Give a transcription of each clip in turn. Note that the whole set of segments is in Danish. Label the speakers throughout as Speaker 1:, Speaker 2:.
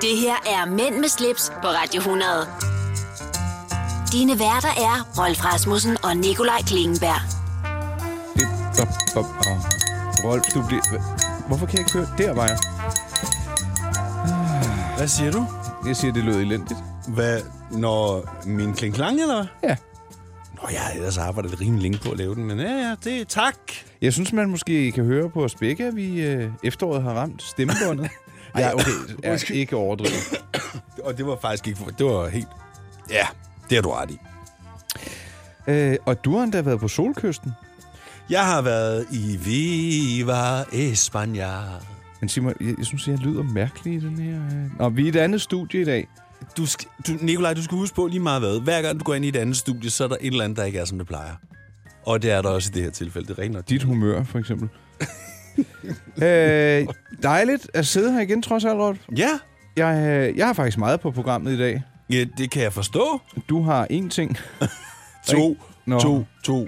Speaker 1: Det her er Mænd med slips på Radio 100. Dine værter er Rolf Rasmussen og Nikolaj Klingenberg.
Speaker 2: Bip, bop, bop, og- Rolf, du bliver... Hvorfor kan jeg ikke høre? Der var jeg.
Speaker 3: Hvad siger du?
Speaker 2: Jeg siger, det lød elendigt.
Speaker 3: Hvad, når min klinklang, eller hvad?
Speaker 2: Ja.
Speaker 3: Nå, jeg har ellers arbejdet rimelig længe på at lave den, men ja, ja, det er tak.
Speaker 2: Jeg synes, man måske kan høre på os begge, at vi øh, efteråret har ramt stemmebåndet. Nej, okay. Er
Speaker 3: Undskyld.
Speaker 2: ikke overdrevet.
Speaker 3: Og det var faktisk ikke for... Det var helt... Ja, det har du ret i.
Speaker 2: Øh, og du har endda været på solkysten.
Speaker 3: Jeg har været i Viva España.
Speaker 2: Men Simon, jeg, jeg synes, jeg lyder mærkelig i den her... Øh... Nå, vi er i et andet studie i dag.
Speaker 3: Du, sk- du, Nikolaj, du skal huske på lige meget hvad. Hver gang du går ind i et andet studie, så er der et eller andet, der ikke er, som det plejer. Og det er der også i det her tilfælde. Det er rent nok.
Speaker 2: Dit humør, for eksempel. øh, dejligt at sidde her igen, trods alt, Rolf.
Speaker 3: Ja,
Speaker 2: Jeg, øh, jeg har faktisk meget på programmet i dag.
Speaker 3: ja det kan jeg forstå.
Speaker 2: Du har én ting.
Speaker 3: To,
Speaker 2: Nå.
Speaker 3: to, to.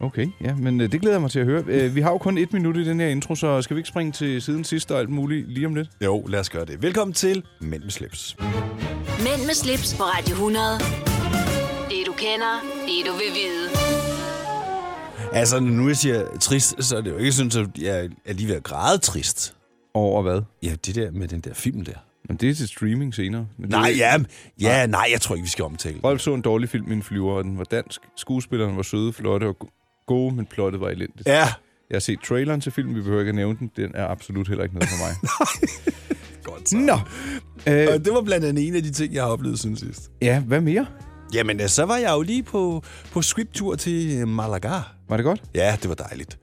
Speaker 2: Okay, ja, men øh, det glæder jeg mig til at høre. Øh, vi har jo kun et minut i den her intro, så skal vi ikke springe til siden sidst og alt muligt lige om lidt?
Speaker 3: Jo, lad os gøre det. Velkommen til Mænd med slips.
Speaker 1: Mænd med slips på Radio 100. Det du kender, det du vil vide.
Speaker 3: Altså, når nu jeg siger trist, så er det jo ikke sådan, at jeg er lige ved at græde trist.
Speaker 2: Over hvad?
Speaker 3: Ja, det der med den der film der.
Speaker 2: Men det er til streaming senere. Men det er
Speaker 3: Nej,
Speaker 2: jo-
Speaker 3: ja, ja, nej, jeg tror ikke, vi skal omtale. den.
Speaker 2: Rolf så en dårlig film i en flyver, og den var dansk. Skuespillerne var søde, flotte og go- gode, men plottet var elendigt.
Speaker 3: Ja,
Speaker 2: Jeg har set traileren til filmen, vi behøver ikke at nævne den. Den er absolut heller ikke noget for mig.
Speaker 3: godt så.
Speaker 2: Nå, øh,
Speaker 3: Og det var blandt andet en af de ting, jeg har oplevet siden sidst.
Speaker 2: ja, hvad mere?
Speaker 3: Jamen, øh, så var jeg jo lige på, på scripttur til øh, Malaga.
Speaker 2: Var det godt?
Speaker 3: Ja, det var dejligt.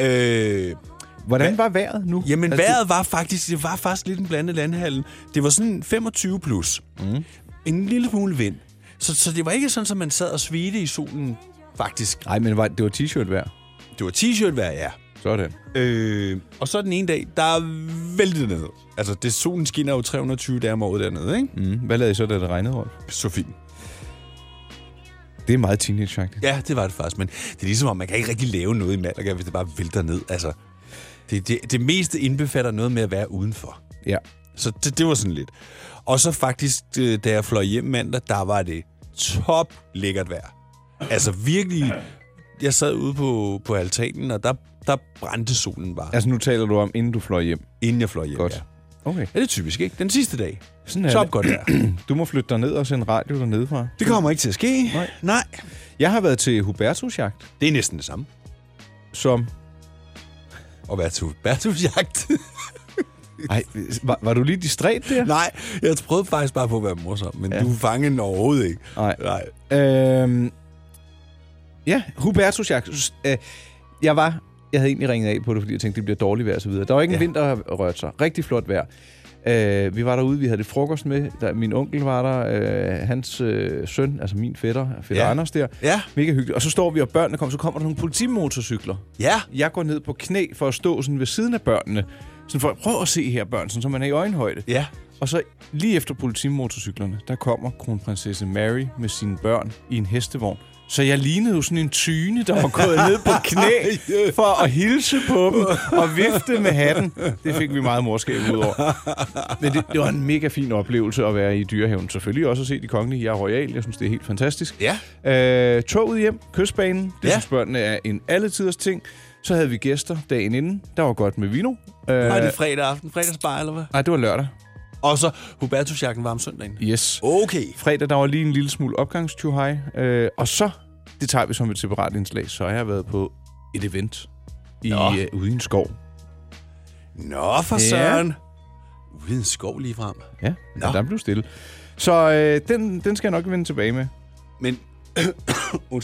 Speaker 3: Øh,
Speaker 2: Hvordan var vejret nu?
Speaker 3: jamen,
Speaker 2: Altså,
Speaker 3: vejret var faktisk, det var faktisk lidt en blandet landhandel. Det var sådan 25 plus. Mm. En lille smule vind. Så, så det var ikke sådan, at man sad og svedte i solen, faktisk.
Speaker 2: Nej, men var, det var t-shirt vejr.
Speaker 3: Det var t-shirt vejr, ja.
Speaker 2: Sådan.
Speaker 3: Øh, og så den ene dag, der væltede det ned. Altså, det, solen skinner jo 320 dage om året dernede, ikke?
Speaker 2: Mm. Hvad lavede I så, da det regnede, Rolf?
Speaker 3: Så fint.
Speaker 2: Det er meget teenage-agtigt.
Speaker 3: Ja, det var det faktisk, men det er ligesom om, man kan ikke rigtig lave noget i Malaga, hvis det bare vælter ned. Altså, det, det, det meste indbefatter noget med at være udenfor.
Speaker 2: Ja.
Speaker 3: Så det, det var sådan lidt. Og så faktisk, øh, da jeg fløj hjem mandag, der var det top lækkert vejr. Altså virkelig, jeg sad ude på, på altanen, og der, der brændte solen bare,
Speaker 2: Altså, nu taler du om, inden du fløj hjem.
Speaker 3: inden jeg fløj hjem.
Speaker 2: Godt.
Speaker 3: Ja.
Speaker 2: Okay.
Speaker 3: ja, det er typisk, ikke? Den sidste dag.
Speaker 2: Sådan er
Speaker 3: Top
Speaker 2: det.
Speaker 3: godt vejr.
Speaker 2: Du må flytte dig ned og sende radio dernede fra.
Speaker 3: Det kommer ikke til at ske.
Speaker 2: Nej.
Speaker 3: Nej.
Speaker 2: Jeg har været til Hubertus jagt,
Speaker 3: Det er næsten det samme.
Speaker 2: som...
Speaker 3: Og være til Bertus-jagt.
Speaker 2: Ej, var, var du lige distræt der?
Speaker 3: Nej, jeg prøvede faktisk bare på at være morsom, men ja. du fangede den overhovedet ikke.
Speaker 2: Nej.
Speaker 3: Nej.
Speaker 2: Øhm, ja, Hubertus jagt. S- Øh, jeg var... Jeg havde egentlig ringet af på det, fordi jeg tænkte, det bliver dårligt vejr og så videre. Der var ikke en
Speaker 3: Ja.
Speaker 2: vind, der har rørt sig. Rigtig flot vejr. Øh, vi var derude, vi havde det frokost med. Der, min onkel var der, øh, hans øh, søn, altså min fætter, fætter ja.
Speaker 3: Ja.
Speaker 2: Anders der.
Speaker 3: Ja.
Speaker 2: Mega hyggeligt. Og så står vi, og børnene kommer, så kommer der nogle politimotorcykler.
Speaker 3: Ja.
Speaker 2: Jeg går ned på knæ for at stå sådan ved siden af børnene. Sådan for at prøve at se her børn, sådan, så man er i øjenhøjde.
Speaker 3: Ja.
Speaker 2: Og så lige efter politimotorcyklerne, der kommer kronprinsesse Mary med sine børn i en hestevogn. Så jeg lignede jo sådan en tyne, der var gået ned på knæ for at hilse på dem og vifte med hatten. Det fik vi meget morskab ud over. Men det, det var en mega fin oplevelse at være i dyrehaven. Selvfølgelig også at se de kongelige. Jeg er royal. Jeg synes, det er helt fantastisk.
Speaker 3: Ja.
Speaker 2: Øh, toget hjem, kystbanen, det ja.
Speaker 3: Ja.
Speaker 2: synes børnene er en alletiders ting. Så havde vi gæster dagen inden. Der var godt med vino. Øh,
Speaker 3: Var det fredag aften, fredagsbar eller hvad?
Speaker 2: nej, det var lørdag.
Speaker 3: Og så Hubertusjagten var om søndagen.
Speaker 2: Yes.
Speaker 3: Okay.
Speaker 2: Fredag, der var lige en lille smule opgangstjuhaj. Øh, og så, det tager vi som et separat indslag, så har jeg været på et event i,
Speaker 3: Nå.
Speaker 2: øh, ude i en skov.
Speaker 3: Nå, for
Speaker 2: Ja.
Speaker 3: søren. Uden skov lige frem.
Speaker 2: Ja,
Speaker 3: Nå.
Speaker 2: og der blev stille. Så øh, den, den skal jeg nok vende tilbage med.
Speaker 3: Men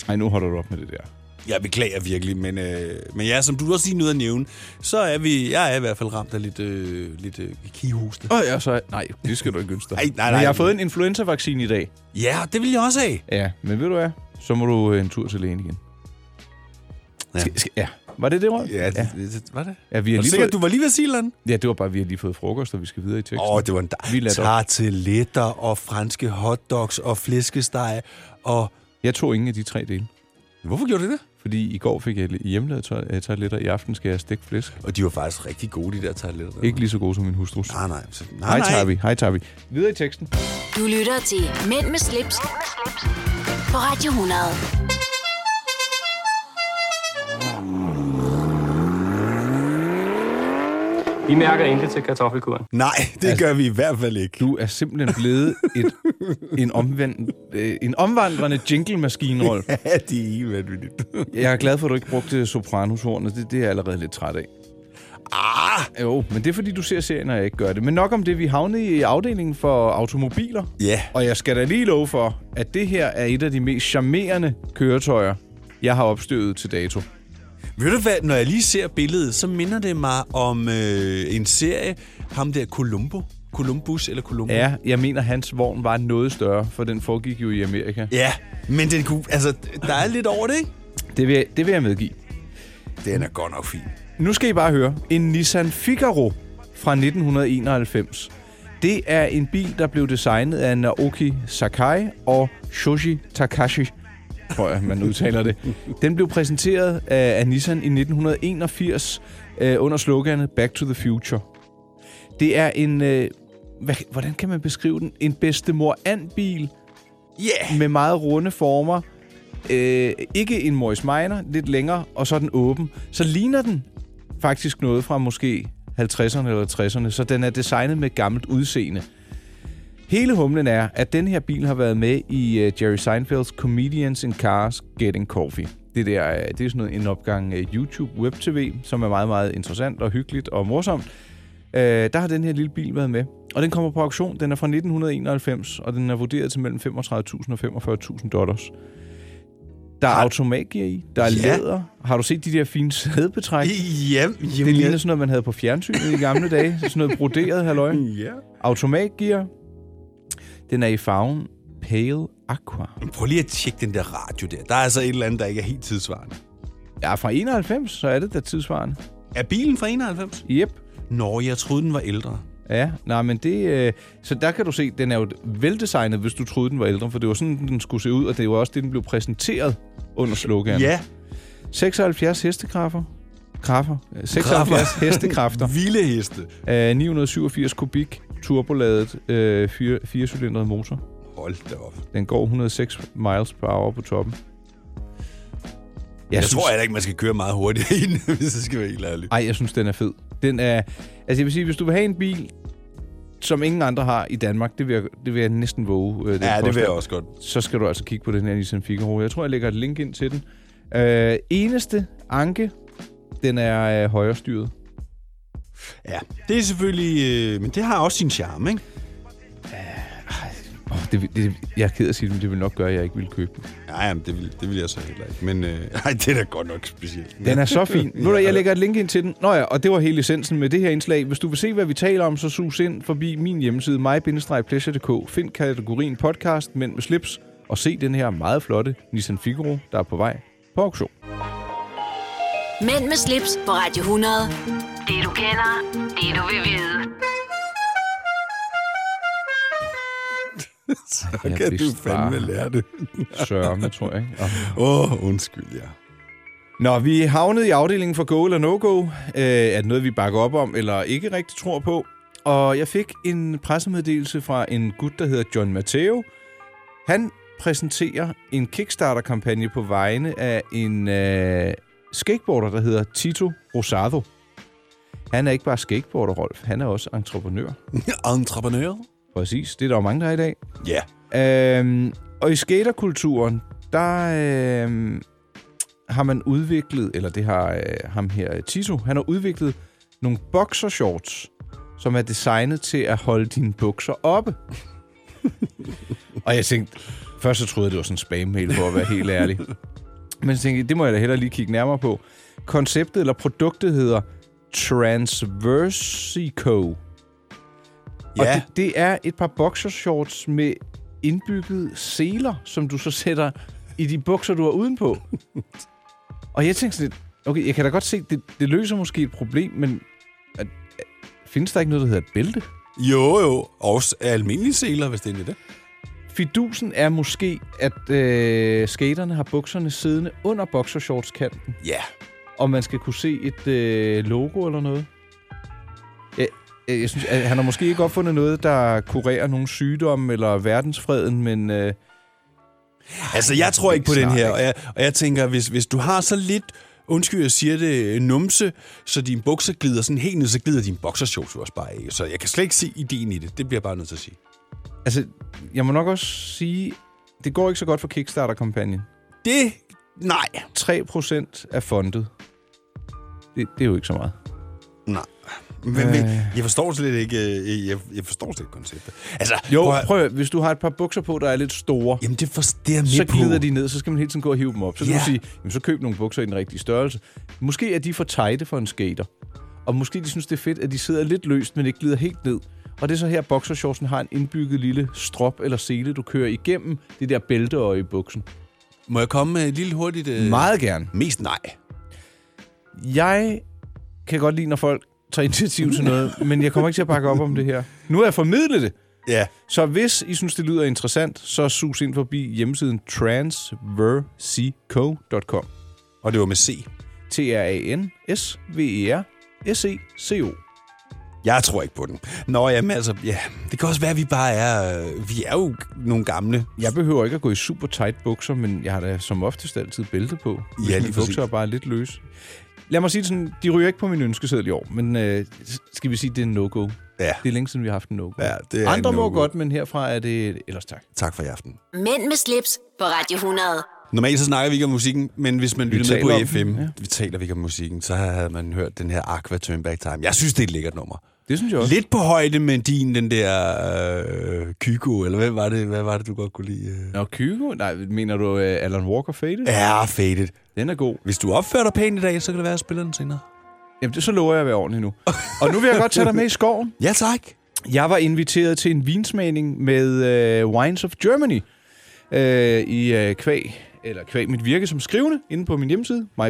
Speaker 2: Nej, nu holder du op med det der.
Speaker 3: jeg beklager virkelig, men, øh, men ja, som du også lige nåede at nævne, så er vi, jeg er i hvert fald ramt af lidt, øh, lidt øh, kihoste.
Speaker 2: Og jeg så... Nej, det skal du ikke ønske dig.
Speaker 3: Nej, nej,
Speaker 2: Men
Speaker 3: nej.
Speaker 2: jeg har fået en influenza-vaccine i dag.
Speaker 3: Ja, det vil jeg også have.
Speaker 2: Ja, men ved du hvad? Så må du øh, en tur til lægen igen.
Speaker 3: Ja.
Speaker 2: Skal, skal, ja. Var det det, Rød? ja.
Speaker 3: det, det, var det?
Speaker 2: ja, vi har lige
Speaker 3: sikkert,
Speaker 2: fået,
Speaker 3: du var lige ved at sige et eller andet?
Speaker 2: ja, det var bare, vi har lige fået frokost, og vi skal videre i teksten.
Speaker 3: Åh, oh, det var en
Speaker 2: Vi
Speaker 3: dejlig.
Speaker 2: lader op.
Speaker 3: Tarteletter og franske hotdogs og flæskesteg og...
Speaker 2: Jeg tog ingen af de tre dele,
Speaker 3: Hvorfor gjorde du det?
Speaker 2: Fordi i går fik jeg hjemmelavet toal- øh, toiletter, i aften skal jeg stikke flæsk.
Speaker 3: Og de var faktisk rigtig gode, de der toiletter.
Speaker 2: Ikke lige så gode som min hustrus.
Speaker 3: Nej, nej. Så, nej,
Speaker 2: Hej,
Speaker 3: nej.
Speaker 2: Tabi. Hej, Tabi. Videre i teksten.
Speaker 1: Du lytter til Mænd med slips, på Radio 100.
Speaker 4: Vi mærker intet til kartoffelkuren.
Speaker 3: Nej, det altså, gør vi i hvert fald ikke.
Speaker 2: Du er simpelthen blevet et, en, omvendt, øh, en omvandrende jingle-maskine, Rolf.
Speaker 3: Ja, det er helt vanvittigt.
Speaker 2: Jeg er glad for, at du ikke brugte sopranoshornet. Det, det er jeg allerede lidt træt af.
Speaker 3: ah!
Speaker 2: Jo, men det er fordi, du ser serien, og jeg ikke gør det. Men nok om det, vi havnede i afdelingen for automobiler.
Speaker 3: Ja.
Speaker 2: Og jeg skal da lige love for, at det her er et af de mest charmerende køretøjer, jeg har opstøvet til dato.
Speaker 3: Ved du hvad, når jeg lige ser billedet, så minder det mig om øh, en serie, ham der Columbo. Columbus eller Columbo.
Speaker 2: Ja, jeg mener, hans vogn var noget større, for den foregik jo i Amerika.
Speaker 3: Ja, men den kunne, altså, der er lidt over det, ikke?
Speaker 2: Det vil jeg, det vil jeg medgive.
Speaker 3: Den er godt nok fin.
Speaker 2: Nu skal I bare høre. En Nissan Figaro fra 1991. Det er en bil, der blev designet af Naoki Sakai og Shoji Takashi, tror jeg, man udtaler det. Den blev præsenteret af, af Nissan i 1981 øh, under sloganet Back to the Future. Det er en... Øh, hvad, hvordan kan man beskrive den? En bedstemor bil
Speaker 3: Ja! Yeah.
Speaker 2: med meget runde former. Øh, ikke en Morris Minor, lidt længere, og så er den åben. Så ligner den faktisk noget fra måske 50'erne eller 60'erne, så den er designet med gammelt udseende. Hele humlen er, at den her bil har været med i øh, Jerry Seinfelds Comedians in Cars Getting Coffee. Det, der, øh, det er sådan noget, en opgang øh, YouTube Web TV, som er meget, meget interessant og hyggeligt og morsomt. Øh, der har den her lille bil været med. Og den kommer på auktion. Den er fra 1991, og den er vurderet til mellem 35.000 og 45.000 dollars. Der er automatgear i. Der er
Speaker 3: Ja.
Speaker 2: ja. læder. Har du set de der fine sædebetræk?
Speaker 3: Jamen,
Speaker 2: Det
Speaker 3: jamen,
Speaker 2: ligner sådan noget, man havde på fjernsynet i gamle dage. Sådan noget broderet, halløj.
Speaker 3: Ja.
Speaker 2: Automatgear. Den er i farven Pale Aqua.
Speaker 3: Prøv lige at tjekke den der radio der. Der er altså et eller andet, der ikke er helt tidsvarende.
Speaker 2: Ja, fra 91, så er det da tidsvarende.
Speaker 3: Er bilen fra 91?
Speaker 2: Jep.
Speaker 3: Nå, jeg troede, den var ældre.
Speaker 2: Ja, nej, men det... Øh, så der kan du se, den er jo veldesignet, hvis du troede, den var ældre, for det var sådan, den skulle se ud, og det var også det, den blev præsenteret under sloganet. 76 hestekræfter. Kræfter. Øh, 76 hestekræfter.
Speaker 3: Vilde heste.
Speaker 2: Øh, 987 kubik turboladet øh, fire, firecylindret motor.
Speaker 3: Hold da op.
Speaker 2: Den går 106 miles per hour på toppen.
Speaker 3: Jeg, jeg tror heller ikke, man skal køre meget hurtigt i den, hvis jeg skal være helt ærlig.
Speaker 2: Ej, jeg synes, den er fed. Den er... Altså, jeg vil sige, hvis du vil have en bil, som ingen andre har i Danmark, det vil jeg, det vil jeg næsten våge. Øh, den
Speaker 3: Ja, det vil
Speaker 2: påstand.
Speaker 3: jeg også godt.
Speaker 2: Så skal du altså kigge på den her Nissan Figaro. Jeg tror, jeg lægger et link ind til den. Øh, eneste anke, den er øh, højrestyret.
Speaker 3: Ja, det er selvfølgelig... Øh, men det har også sin charme, ikke?
Speaker 2: Oh, det, vil- det, jeg er ked af at sige det, men det vil nok gøre, at jeg ikke vil købe den.
Speaker 3: Nej, jamen, det vil, det vil jeg så heller ikke. Men øh, ej, det er da godt nok specielt.
Speaker 2: Den er så fin. Nu, jeg lægger et link ind til den. Nå ja, og det var hele essensen med det her indslag. Hvis du vil se, hvad vi taler om, så sus ind forbi min hjemmeside, my-pleasure.dk. Find kategorien podcast, men med slips, og se den her meget flotte Nissan Figaro, der er på vej på auktion.
Speaker 1: Mænd med slips på Radio 100. Det du kender, det du vil vide.
Speaker 3: så
Speaker 2: jeg
Speaker 3: kan du
Speaker 2: vidste
Speaker 3: fandme
Speaker 2: bare.
Speaker 3: lære det.
Speaker 2: Sørme, tror jeg. Ikke? Og-
Speaker 3: Åh, oh, undskyld, ja.
Speaker 2: Nå, vi er havnet i afdelingen for go eller no-go. Øh, er det noget, vi bakker op om, eller ikke rigtig tror på? Og jeg fik en pressemeddelelse fra en gut, der hedder John Matteo. Han præsenterer en Kickstarter-kampagne på vegne af en øh, skateboarder, der hedder Tito Rosado. Han er ikke bare skateboarder, Rolf. Han er også entreprenør.
Speaker 3: Entreprenør?
Speaker 2: Præcis. Det er der jo mange, der er i dag.
Speaker 3: Ja.
Speaker 2: Øhm, og i skaterkulturen, der øhm, har man udviklet, eller det har øh, ham her, Tito, han har udviklet nogle boxershorts, som er designet til at holde dine bukser oppe. og jeg tænkte, først så troede jeg, det var sådan en spam-mail, for at være helt ærlig. Men så tænkte jeg, det må jeg da hellere lige kigge nærmere på. Konceptet eller produktet hedder Transversico. Og
Speaker 3: Ja.
Speaker 2: det, det er et par boxershorts med indbygget seler, som du så sætter i de bukser, du har udenpå. og jeg tænkte sådan lidt, okay, jeg kan da godt se, det, det løser måske et problem, men at, at, findes der ikke noget, der hedder et bælte?
Speaker 3: Jo, jo. Også almindelige seler, hvis det er det.
Speaker 2: Fidusen er måske, at øh, skaterne har bukserne siddende under boxershortskanten,
Speaker 3: Ja.
Speaker 2: og man skal kunne se et øh, logo eller noget. Jeg, jeg jeg synes, at han har måske ikke opfundet noget, der kurerer nogle sygdomme eller verdensfreden, men øh,
Speaker 3: Altså, jeg tror ikke på den
Speaker 2: snart,
Speaker 3: her,
Speaker 2: ikke?
Speaker 3: og jeg, og jeg tænker, hvis, hvis du har så lidt, undskyld, jeg siger det, numse, så dine bukser glider sådan helt ned, så glider dine boksershorts jo også bare af. Så jeg kan slet ikke se ideen i det. Det bliver jeg bare nødt til at sige.
Speaker 2: altså, jeg må nok også sige, det går ikke så godt for Kickstarter-kampagnen.
Speaker 3: Det, nej,
Speaker 2: 3% er fundet. Det, det er jo ikke så meget.
Speaker 3: nej. Men, men, jeg forstår slet ikke, øh, jeg, jeg forstår slet ikke konceptet. Altså,
Speaker 2: Jo,
Speaker 3: at-
Speaker 2: prøv at, hvis du har et par bukser på, der er lidt store,
Speaker 3: Jamen, det, for, det er jeg
Speaker 2: så
Speaker 3: med på.
Speaker 2: glider de ned, så skal man hele tiden gå og hive dem op. Så kan
Speaker 3: Ja.
Speaker 2: du sige, jamen, så køb nogle bukser i den rigtige størrelse. Måske er de for tighte for en skater. Og måske de synes, det er fedt, at de sidder lidt løst, men ikke glider helt ned. Og det er så her, boxershortsen har en indbygget lille strop eller sele, du kører igennem det der bælteøje i buksen.
Speaker 3: Må jeg komme med et lille hurtigt... Øh,
Speaker 2: Meget gerne.
Speaker 3: Mest nej.
Speaker 2: Jeg kan godt lide, når folk tager initiativ til noget, men jeg kommer ikke til at bakke op om det her. Nu har jeg formidlet det.
Speaker 3: Ja.
Speaker 2: Så hvis I synes, det lyder interessant, så sus ind forbi hjemmesiden transversico.com.
Speaker 3: Og det var med C.
Speaker 2: E T-R-A-N-S-V-E-R-S-E-C-O.
Speaker 3: Jeg tror ikke på den. Nå, jamen altså, ja. Det kan også være, at vi bare er... øh, Vi er jo nogle gamle.
Speaker 2: Jeg behøver ikke at gå i super tight bukser, men jeg har da som oftest altid bælte på. hvis
Speaker 3: lige
Speaker 2: mine
Speaker 3: præcis.
Speaker 2: bukser er bare lidt løse. Lad mig sige det sådan, de ryger ikke på min ønskeseddel i år, men øh, skal vi sige, det er en no-go. Det
Speaker 3: Ja.
Speaker 2: er længe siden, vi har haft en no-go.
Speaker 3: Ja, det er
Speaker 2: Andre
Speaker 3: en
Speaker 2: må
Speaker 3: no-go.
Speaker 2: godt, men herfra er det ellers tak.
Speaker 3: Tak for i aften.
Speaker 1: Mænd med slips på Radio 100.
Speaker 3: Normalt så snakker vi ikke om musikken, men hvis man lytter med
Speaker 2: taler
Speaker 3: på
Speaker 2: om
Speaker 3: FM,
Speaker 2: den, ja.
Speaker 3: ja. vi taler ikke om musikken, så havde man hørt den her Aqua Turn Back Time. Jeg synes, det er et lækkert nummer.
Speaker 2: Det synes jeg også.
Speaker 3: Lidt på højde med din, den der øh, Kygo, eller hvad var, det, hvad var det, du godt kunne lide? øh?
Speaker 2: Nå, Kygo? Nej, mener du øh, Alan Walker Faded?
Speaker 3: Ja, faded.
Speaker 2: Den er god.
Speaker 3: Hvis du opfører dig pænt i dag, så kan det være, at jeg spiller den senere.
Speaker 2: Jamen, det, så lover jeg at være ordentlig nu. Og nu vil jeg godt tage dig med i skoven.
Speaker 3: Ja, tak.
Speaker 2: Jeg var inviteret til en vinsmagning med øh, Wines of Germany øh, i øh, kvæg, eller kvæg mit virke som skrivende, inde på min hjemmeside, my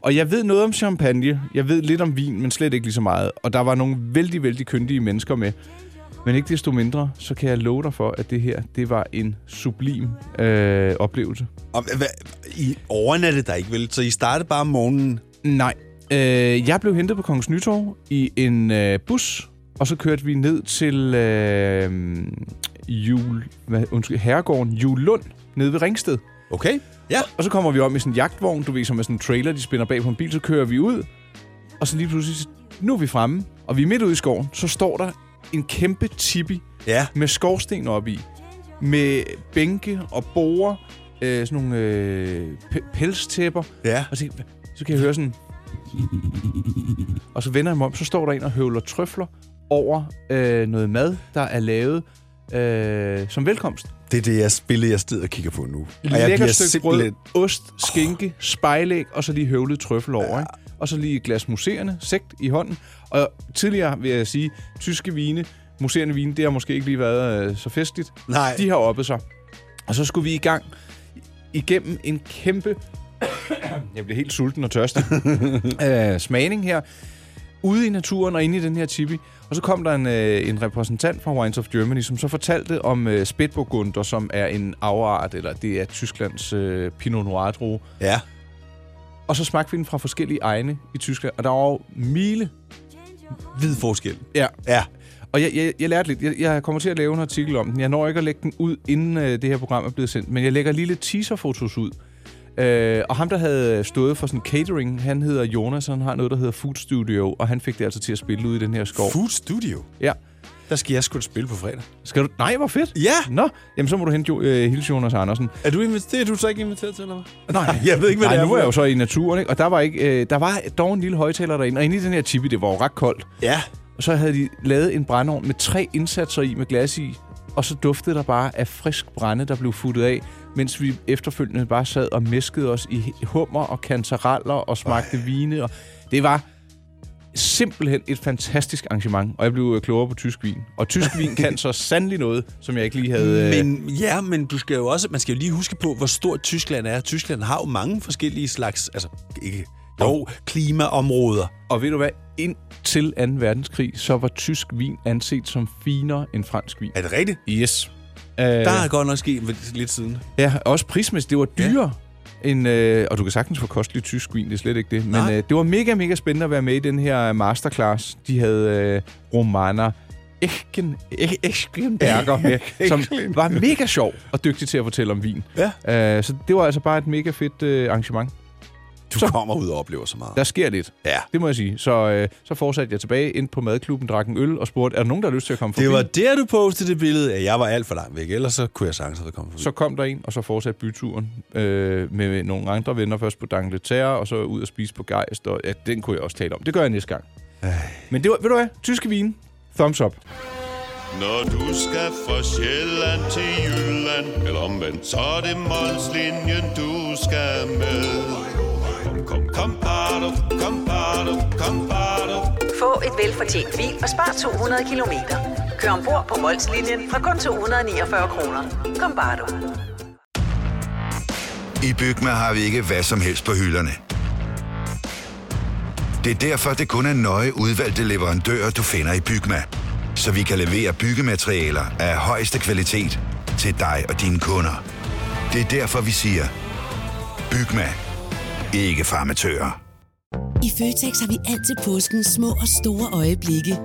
Speaker 2: Og jeg ved noget om champagne, jeg ved lidt om vin, men slet ikke lige så meget. Og der var nogle vældig, vældig kyndige mennesker med. Men ikke desto mindre, så kan jeg love dig for, at det her, det var en sublim øh, oplevelse.
Speaker 3: Og, hvad, I overnattede der ikke, vel? Så I startede bare om morgenen.
Speaker 2: Nej. Øh, jeg blev hentet på Kongens Nytorv i en øh, bus, og så kørte vi ned til øh, jul, hvad, undskyld, herregården Julund nede ved Ringsted.
Speaker 3: Okay. Ja.
Speaker 2: Og så kommer vi om i sådan en jagtvogn, du ved, som er sådan en trailer, de spænder bag på en bil, så kører vi ud. Og så lige pludselig, nu er vi fremme, og vi er midt ude i skoven, så står der en kæmpe tipi
Speaker 3: Ja.
Speaker 2: med skorsten op i, med bænke og borer, øh, sådan nogle øh, pe- pelstæpper,
Speaker 3: Ja.
Speaker 2: og så, så kan jeg høre sådan... Og så vender jeg mig om, så står der en og høvler trøfler over øh, noget mad, der er lavet øh, som velkomst.
Speaker 3: Det er det jeg spille, jeg sidder og kigger på nu. Og jeg
Speaker 2: Lækker
Speaker 3: bliver
Speaker 2: stykke
Speaker 3: simpelthen...
Speaker 2: brød, ost, skinke, spejlæg, og så lige høvlet trøffel over. Ikke? Og så lige et glas muserende, sekt i hånden. Og tidligere vil jeg sige, tyske vine, muserende vine, det har måske ikke lige været øh, så festligt.
Speaker 3: Nej.
Speaker 2: De har oppet sig. Og så skulle vi i gang igennem en kæmpe... jeg blev helt sulten og tørstig. øh, smagning her. Ude i naturen og inde i den her tipi. Og så kom der en, øh, en repræsentant fra Wines of Germany, som så fortalte om øh, Spitburgunder, som er en afart, eller det er Tysklands øh, Pinot Noir drue.
Speaker 3: Ja.
Speaker 2: Og så smagte vi den fra forskellige egne i Tyskland. Og der var jo mile.
Speaker 3: Hvid forskel.
Speaker 2: Ja,
Speaker 3: Ja.
Speaker 2: Og jeg, jeg, jeg lærte lidt. Jeg, jeg kommer til at lave en artikel om den. Jeg når ikke at lægge den ud, inden øh, det her program er blevet sendt. Men jeg lægger lige lidt teaserfotos ud. Øh, og ham, der havde stået for sådan catering, han hedder Jonas, og han har noget, der hedder Food Studio. Og han fik det altså til at spille ud i den her skov.
Speaker 3: Food Studio.
Speaker 2: ja.
Speaker 3: Der skal jeg sgu spille på fredag.
Speaker 2: Skal du... Nej, hvor fedt!
Speaker 3: Ja.
Speaker 2: Nå, jamen så må du hente jo, øh, hilse Jonas Andersen.
Speaker 3: Er du, inviteret, er du så ikke inviteret til, eller hvad?
Speaker 2: Nej,
Speaker 3: jeg ved ikke, hvad
Speaker 2: Nej,
Speaker 3: det er
Speaker 2: nu
Speaker 3: for
Speaker 2: er jeg jo
Speaker 3: noget.
Speaker 2: så i naturen, ikke? Og der var, ikke, øh, der var dog en lille højtaler derinde. Og inde i den her tipi, det var jo ret koldt.
Speaker 3: Ja.
Speaker 2: Og så havde de lavet en brændeovn med tre indsatser i med glas i, og så duftede der bare af frisk brænde, der blev futtet af, mens vi efterfølgende bare sad og mæskede os i hummer og kantareller og smagte Ej. vine. Og det var simpelthen et fantastisk arrangement, og jeg blev øh, klogere på tysk vin. Og tysk vin kan så sandelig noget, som jeg ikke lige havde... øh,
Speaker 3: Men, ja, men du skal jo også, man skal jo lige huske på, hvor stort Tyskland er. Tyskland har jo mange forskellige slags, altså ikke, jo, klimaområder.
Speaker 2: Og ved du hvad? Indtil 2. verdenskrig, så var tysk vin anset som finere end fransk vin.
Speaker 3: Er det rigtigt?
Speaker 2: Yes. Øh,
Speaker 3: Der er godt nok sket lidt siden.
Speaker 2: Ja, også prismæssigt. Det var dyrere. Ja. End, øh, og du kan sagtens få kostelig tysk vin, det er slet ikke det. Men
Speaker 3: Nej.
Speaker 2: øh, det var mega, mega spændende at være med i den her masterclass. De havde øh, Romana Echen, Ech- Eschenberger med, som var mega sjov og dygtig til at fortælle om vin.
Speaker 3: Ja.
Speaker 2: Øh, så det var altså bare et mega fedt øh, arrangement.
Speaker 3: Du så. kommer ud og oplever så meget.
Speaker 2: Der sker lidt,
Speaker 3: Ja.
Speaker 2: det må jeg sige. Så, øh, så fortsatte jeg tilbage ind på madklubben, drak en øl og spurgte, er der nogen, der har lyst til at komme forbi?
Speaker 3: Det var der, du postede det billede. Ja, jeg var alt for langt væk, ellers så kunne jeg sagtens have kommet forbi.
Speaker 2: Så kom der en, og så fortsatte byturen øh, med nogle andre venner. Først på D'Angleterre, og så ud og spise på Geist. Og, ja, den kunne jeg også tale om. Det gør jeg næste gang. Øh. Men det var, ved du hvad? Tyske vin. Thumbs up.
Speaker 5: Når du skal fra Sjælland til Jylland Eller omvendt Så er det Molslinjen du skal med Kom, kom, kom, bado, kom, bado, kom, bado.
Speaker 6: Få et velfortjent bil og spar 200 kilometer. Kør ombord på Molslinjen fra kun 249 kroner. Kom bare du.
Speaker 7: I Bygma har vi ikke hvad som helst på hylderne. Det er derfor, det kun er nøje udvalgte leverandører, du finder i Bygma. Så vi kan levere byggematerialer af højeste kvalitet til dig og dine kunder. Det er derfor, vi siger, Bygma. Ikke farmatører.
Speaker 8: I Føtex har vi altid påskens små og store øjeblikke.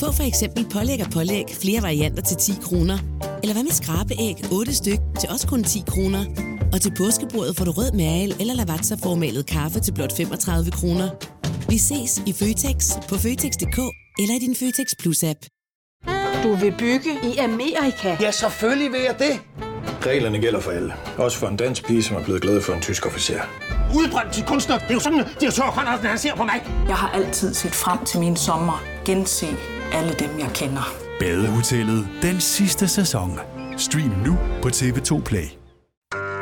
Speaker 8: Få for eksempel pålæg og pålæg flere varianter til 10 kroner. Eller hvad med skrabeæg 8 styk til også kun 10 kroner. Og til påskebordet får du rød mal eller lavatserformalet kaffe til blot 35 kroner. Vi ses i Føtex på Føtex.dk eller i din Føtex Plus-app.
Speaker 9: Du vil bygge i Amerika?
Speaker 10: Ja, selvfølgelig vil jeg det.
Speaker 11: Reglerne gælder for alle. Også for en dansk pige, som er blevet glad for en tysk officer.
Speaker 10: Udbrændt til kunstner. Det er jo sådan, at de har tørt, han ser på mig.
Speaker 9: Jeg har altid set frem til min sommer. Gense alle dem, jeg kender.
Speaker 11: Badehotellet. Den sidste sæson. Stream nu på TV2 Play.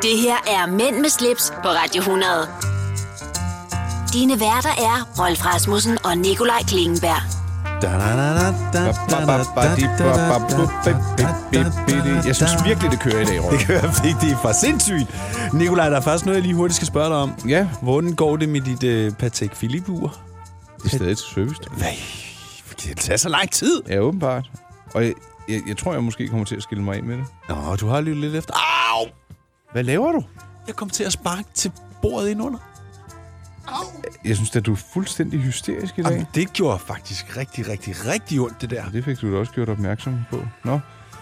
Speaker 1: Det her er Mænd med slips på Radio 100. Dine værter er Rolf Rasmussen og Nikolaj Klingenberg.
Speaker 2: Jeg synes virkelig, det kører i dag,
Speaker 3: Det
Speaker 2: Rolf.
Speaker 3: kan være fordi, det er for sindssygt. Nikolaj, der er faktisk noget, jeg lige hurtigt skal spørge dig om.
Speaker 2: Ja,
Speaker 3: Hvordan går det med dit øh, Patek Philippe-ur?
Speaker 2: det er stadig til service.
Speaker 3: Nej, det tager så lang tid.
Speaker 2: Ja, åbenbart. Og jeg, jeg, jeg tror, jeg måske kommer til at skille mig af med det.
Speaker 3: Nå, du har lyttet lidt efter. Au!
Speaker 2: Hvad laver du?
Speaker 3: Jeg kom til at sparke til bordet indenunder.
Speaker 2: Jeg synes at du er fuldstændig hysterisk i dag.
Speaker 3: Jamen, det gjorde faktisk rigtig, rigtig, rigtig ondt, det der.
Speaker 2: Det fik du da også gjort opmærksom på. Nå,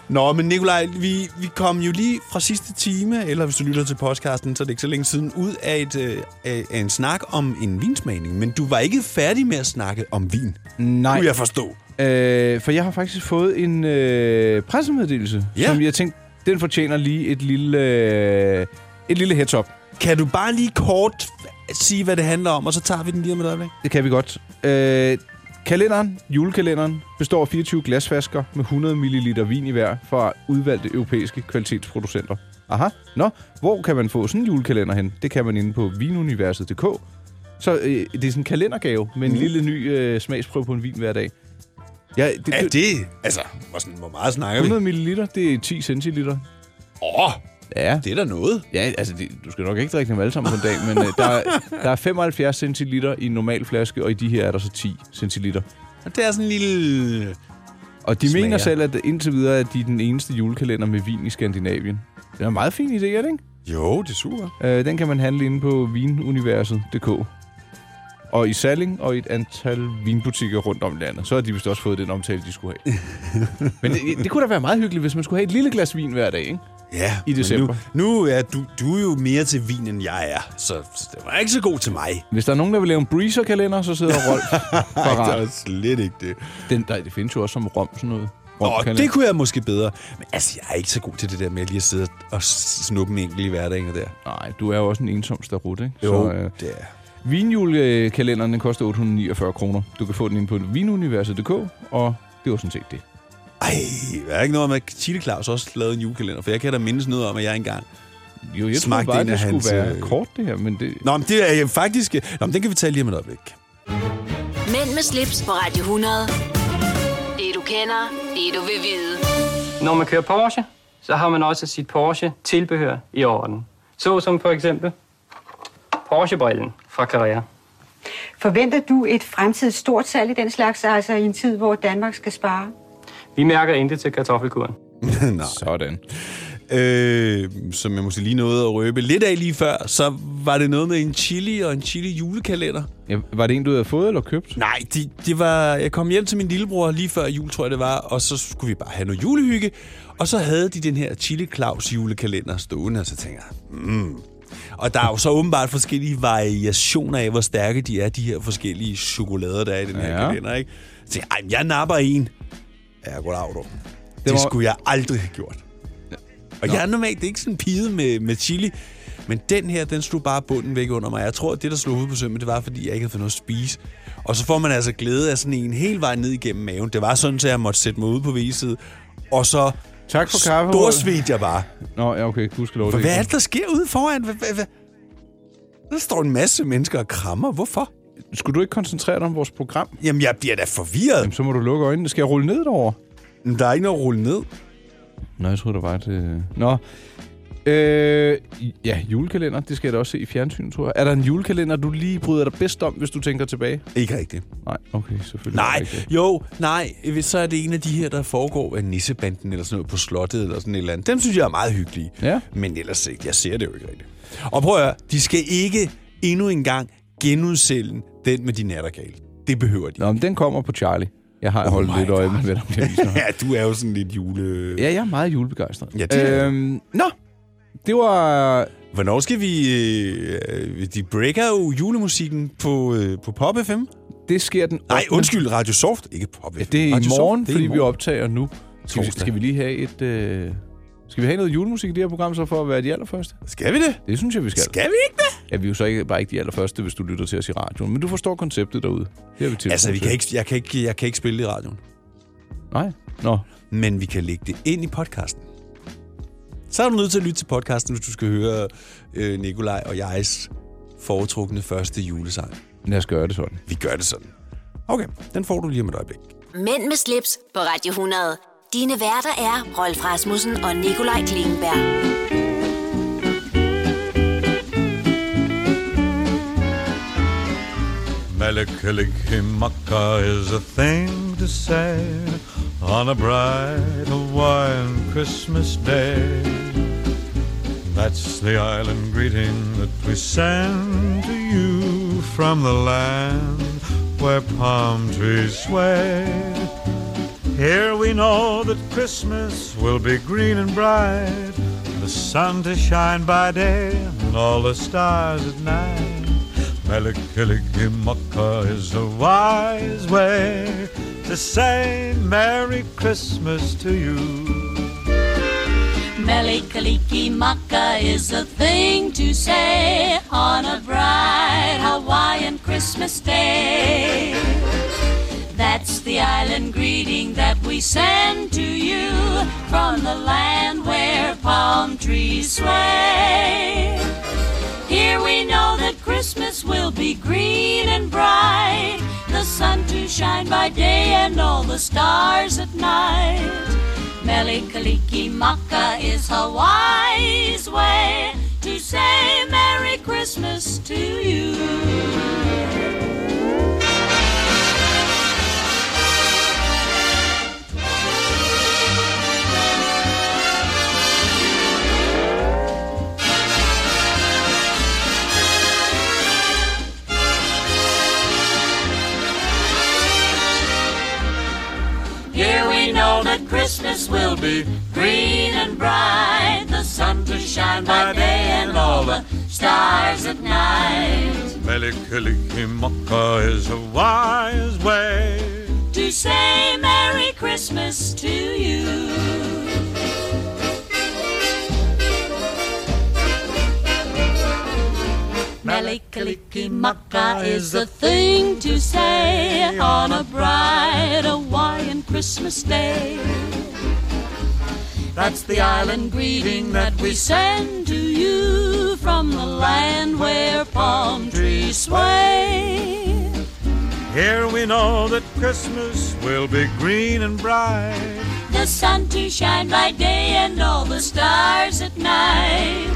Speaker 3: Nå, men Nikolaj, vi, vi kom jo lige fra sidste time, eller hvis du lytter til podcasten, så er det ikke så længe siden, ud af, et, øh, af af en snak om en vinsmagning. Men du var ikke færdig med at snakke om vin.
Speaker 2: Nej.
Speaker 3: Kunne jeg forstå.
Speaker 2: Øh, for jeg har faktisk fået en øh, pressemeddelelse,
Speaker 3: Ja.
Speaker 2: som jeg tænkte, den fortjener lige et lille, øh, et lille heads up.
Speaker 3: Kan du bare lige kort f- sige, hvad det handler om, og så tager vi den lige om et øjeblik?
Speaker 2: Det kan vi godt. Øh, kalenderen, julekalenderen, består af 24 glasflasker med 100 ml vin i hver fra udvalgte europæiske kvalitetsproducenter. Aha. Nå, hvor kan man få sådan en julekalender hen? Det kan man inde på vinuniverset.dk. Så øh, det er sådan en kalendergave med en mm. lille ny øh, smagsprøve på en vin hver dag. Ja, det,
Speaker 3: Er
Speaker 2: det,
Speaker 3: det... Altså, hvor, sådan, hvor meget snakker vi?
Speaker 2: 100 ml, det er 10 centiliter.
Speaker 3: Åh,
Speaker 2: Ja,
Speaker 3: det er da noget.
Speaker 2: Ja, altså, det, du skal nok ikke drikke dem alle sammen på en dag, men øh, der, er- der er 75 centiliter i en normal flaske, og i de her er der så 10 centiliter.
Speaker 3: Og det er sådan en lille...
Speaker 2: Og de
Speaker 3: Smager.
Speaker 2: Smager. mener selv, at indtil videre at de er den eneste julekalender med vin i Skandinavien. Det er en meget fin idé, er det ikke?
Speaker 3: Jo, det er super.
Speaker 2: Øh, den kan man handle inde på vinuniverset.dk. Og i Salling og i et antal vinbutikker rundt om landet. Så har de vist også fået den omtale, de skulle have. Men det, det kunne da være meget hyggeligt, hvis man skulle have et lille glas vin hver dag, ikke?
Speaker 3: Ja,
Speaker 2: I
Speaker 3: men
Speaker 2: december.
Speaker 3: Nu, nu er du, du er jo mere til vin, end jeg er, så det var ikke så god til mig.
Speaker 2: Hvis der er nogen, der vil lave en breezer-kalender, så sidder Rolf
Speaker 3: Nej,
Speaker 2: parat.
Speaker 3: det er slet ikke det.
Speaker 2: Den, der, det findes jo også som rom, sådan noget.
Speaker 3: Nå,
Speaker 2: Romkalender.
Speaker 3: det kunne jeg måske bedre. Men altså, jeg er ikke så god til det der med lige at sidde og snuppe en enkelt i hverdagen og der.
Speaker 2: Nej, du er jo også en ensom starut, ikke?
Speaker 3: Jo,
Speaker 2: Så, øh,
Speaker 3: det er.
Speaker 2: vinjulekalenderen, den koster 849 kroner. Du kan få den ind på vinuniverset.dk, og det var sådan set det.
Speaker 3: Ej, der er ikke noget om, at Chile Claus også lavede en julekalender, for jeg kan da mindes noget om, at jeg engang...
Speaker 2: Jo, jeg
Speaker 3: Smagte
Speaker 2: troede bare,
Speaker 3: en af
Speaker 2: det skulle
Speaker 3: hans,
Speaker 2: være
Speaker 3: øh,
Speaker 2: kort, det her, men det...
Speaker 3: Nå, men det er jeg faktisk... Nå, men den kan vi tage lige om et øjeblik.
Speaker 1: Mænd med slips på Radio 100. Det du kender, det du vil vide.
Speaker 4: Når man kører Porsche, så har man også sit Porsche-tilbehør i orden. Så som for eksempel Porsche-brillen fra Carrera.
Speaker 9: Forventer du et fremtidigt stort salg i den slags, altså i en tid, hvor Danmark skal spare?
Speaker 4: Vi mærker intet til kartoffelkuren.
Speaker 3: Nej.
Speaker 2: Sådan.
Speaker 3: Øh, som jeg måske lige nåede at røbe lidt af lige før, så var det noget med en chili og en chili julekalender.
Speaker 2: Ja, var det en, du havde fået eller købt?
Speaker 3: Nej, det, det var, jeg kom hjem til min lillebror lige før jul, tror jeg det var, og så skulle vi bare have noget julehygge. Og så havde de den her Chili Claus julekalender stående, og så tænker jeg, mm. Og der er jo så åbenbart forskellige variationer af, hvor stærke de er, de her forskellige chokolader, der er i den her
Speaker 2: Ja.
Speaker 3: ja. kalender, ikke? Så tænker jeg, "Ej, men jeg napper en. Ja, goddag, du. Det,
Speaker 2: var-
Speaker 3: det skulle jeg aldrig have gjort. Og jeg er normalt ikke sådan piget med, med chili, men den her, den slog bare bunden væk under mig. Jeg tror, at det, der slog hovedet på sømmet, det var, fordi jeg ikke havde fået noget at spise. Og så får man altså glæde af sådan en hele vejen ned igennem maven. Det var sådan, at jeg måtte sætte mig ud på viset. Og så
Speaker 2: Tak for kaffe.
Speaker 3: storsvigt jeg bare.
Speaker 2: Nå, ja, okay. Gudskelov.
Speaker 3: For
Speaker 2: det er
Speaker 3: hvad er
Speaker 2: ikke-
Speaker 3: det, der sker ude foran? Hvad, hvad, hvad? Der står en masse mennesker og krammer. Hvorfor?
Speaker 2: Skulle du ikke koncentrere dig om vores program?
Speaker 3: Jamen, jeg bliver da forvirret.
Speaker 2: Jamen, så må du lukke øjnene. Skal jeg rulle ned derovre?
Speaker 3: Jamen, Der er ikke noget at rulle ned.
Speaker 2: Nå, jeg troede, der var et... Øh... Nå. Øh, ja, julekalender. Det skal jeg da også se i fjernsyn, tror jeg. Er der en julekalender, du lige bryder dig bedst om, hvis du tænker tilbage?
Speaker 3: Ikke rigtigt.
Speaker 2: Nej, okay, selvfølgelig. er
Speaker 3: Nej,
Speaker 2: der ikke det.
Speaker 3: jo, nej. Hvis så er det en af de her, der foregår af nissebanden eller sådan noget på slottet eller sådan et eller andet. Dem synes jeg er meget hyggelige.
Speaker 2: Ja.
Speaker 3: Men ellers ikke. Jeg ser det jo ikke rigtigt. Og prøv at høre, de skal ikke endnu en gang genudsælge den med de nattergale. Det behøver de.
Speaker 2: Nå, men den kommer på Charlie. Jeg har oh holdt
Speaker 3: my
Speaker 2: lidt øje
Speaker 3: God.
Speaker 2: med, hvad der bliver vist.
Speaker 3: ja, du er jo sådan lidt jule...
Speaker 2: Ja, jeg er meget julebegejstret.
Speaker 3: Ja, det er
Speaker 2: øhm, Nå, det var...
Speaker 3: Hvornår skal vi... Øh, de breaker jo julemusikken på, øh, på Pop FM.
Speaker 2: Det sker den...
Speaker 3: Nej,
Speaker 2: ottende.
Speaker 3: undskyld, Radio Soft. Ikke Pop FM.
Speaker 2: Ja, det er i
Speaker 3: Radio
Speaker 2: morgen,
Speaker 3: Soft, det er
Speaker 2: fordi
Speaker 3: i
Speaker 2: vi
Speaker 3: morgen.
Speaker 2: optager nu. Skal vi,
Speaker 3: Torsdag.
Speaker 2: skal vi lige have et... Øh... Skal vi have noget julemusik i det her program, så for at være de allerførste?
Speaker 3: Skal vi det?
Speaker 2: Det synes jeg, vi skal.
Speaker 3: Skal vi ikke det?
Speaker 2: Ja, vi er jo så ikke, bare ikke de allerførste, hvis du lytter til os i radioen. Men du forstår konceptet derude. Det har vi til.
Speaker 3: Altså, vi kan ikke, jeg, kan ikke, jeg kan ikke spille det i radioen.
Speaker 2: Nej. Nå.
Speaker 3: men vi kan lægge det ind i podcasten. Så er du nødt til at lytte til podcasten, hvis du skal høre øh, Nikolaj og jegs foretrukne første julesang.
Speaker 2: Lad os gøre det sådan.
Speaker 3: Vi gør det sådan. Okay, den får du lige om et øjeblik.
Speaker 12: Mænd med slips på Radio 100. Dine værter er Rolf Rasmussen og Nikolaj Klingenberg.
Speaker 5: Malakalikimaka is a thing to say on a bright Hawaiian Christmas day. That's the island greeting that we send to you from the land where palm trees sway. Here we know that Christmas will be green and bright, the sun to shine by day and all the stars at night. Melikilikimaka is a wise way to say Merry Christmas to you.
Speaker 1: Melikaliki maka is a thing to say on a bright Hawaiian Christmas day. That's the island greeting that we send to you from the land where palm trees sway. Here we know that Christmas will be green and bright, the sun to shine by day and all the stars at night. Melikaliki Maka is Hawaii's way to say Merry Christmas to you. Here we know that Christmas will be green and bright, the sun to shine by day and all the stars at night.
Speaker 5: Melikilikimaka is a wise way.
Speaker 1: To say Merry Christmas to you. Melikilikimaka is a thing to say on a bright Hawaiian Christmas day. That's the island greeting that we send to you from the land where palm trees sway.
Speaker 5: Here we know that Christmas will be green and bright.
Speaker 1: The sun to shine by day and all the stars at night.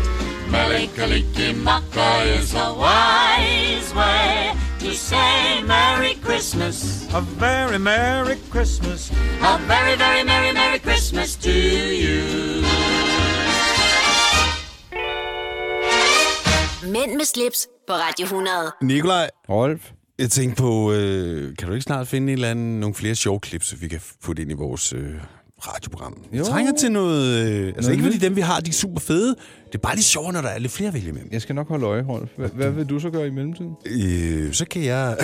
Speaker 1: Melikilikimaka is a wise way to say Merry Christmas.
Speaker 5: A very Merry Christmas.
Speaker 1: A very, very Merry, Merry Christmas to you. slips på Radio 100.
Speaker 3: Nikolaj.
Speaker 2: Rolf.
Speaker 3: Jeg tænkte på, øh, kan du ikke snart finde en eller anden, nogle flere sjove klip, så vi kan putte ind i vores øh, radioprogram? Jo.
Speaker 2: Jo.
Speaker 3: Jeg trænger til noget... Øh, altså
Speaker 2: Noget
Speaker 3: ikke fordi
Speaker 2: nyt.
Speaker 3: dem, vi har, de er super fede. Det er bare lidt sjovere, når der er lidt flere at vælge imellem.
Speaker 2: Jeg skal nok holde øje, Rolf. Hva- Hvad vil du så gøre i mellemtiden?
Speaker 3: Øh, så kan jeg...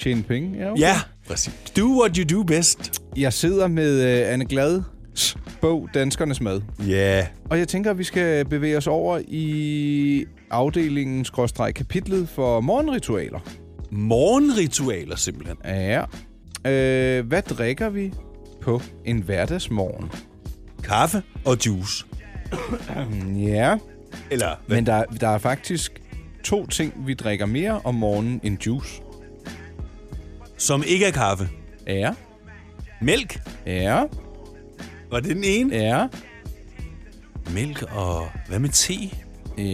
Speaker 2: Tjene penge? Ja, okay.
Speaker 3: ja, præcis. Do what you do best.
Speaker 2: Jeg sidder med øh, Anne Glad bog Danskernes Mad.
Speaker 3: Ja. Yeah.
Speaker 2: Og jeg tænker, at vi skal bevæge os over i afdelingen skråstreg kapitlet for morgenritualer.
Speaker 3: Morgenritualer, simpelthen.
Speaker 2: Ja. Øh, hvad drikker vi på en hverdagsmorgen?
Speaker 3: Kaffe og juice.
Speaker 2: Ja,
Speaker 3: Eller... Hvad?
Speaker 2: men der, der er faktisk to ting, vi drikker mere om morgenen end juice.
Speaker 3: Som ikke er kaffe.
Speaker 2: Ja,
Speaker 3: Mælk.
Speaker 2: ja,
Speaker 3: Var det den ene?
Speaker 2: ja.
Speaker 3: Mælk og... Hvad med te?
Speaker 2: Øh,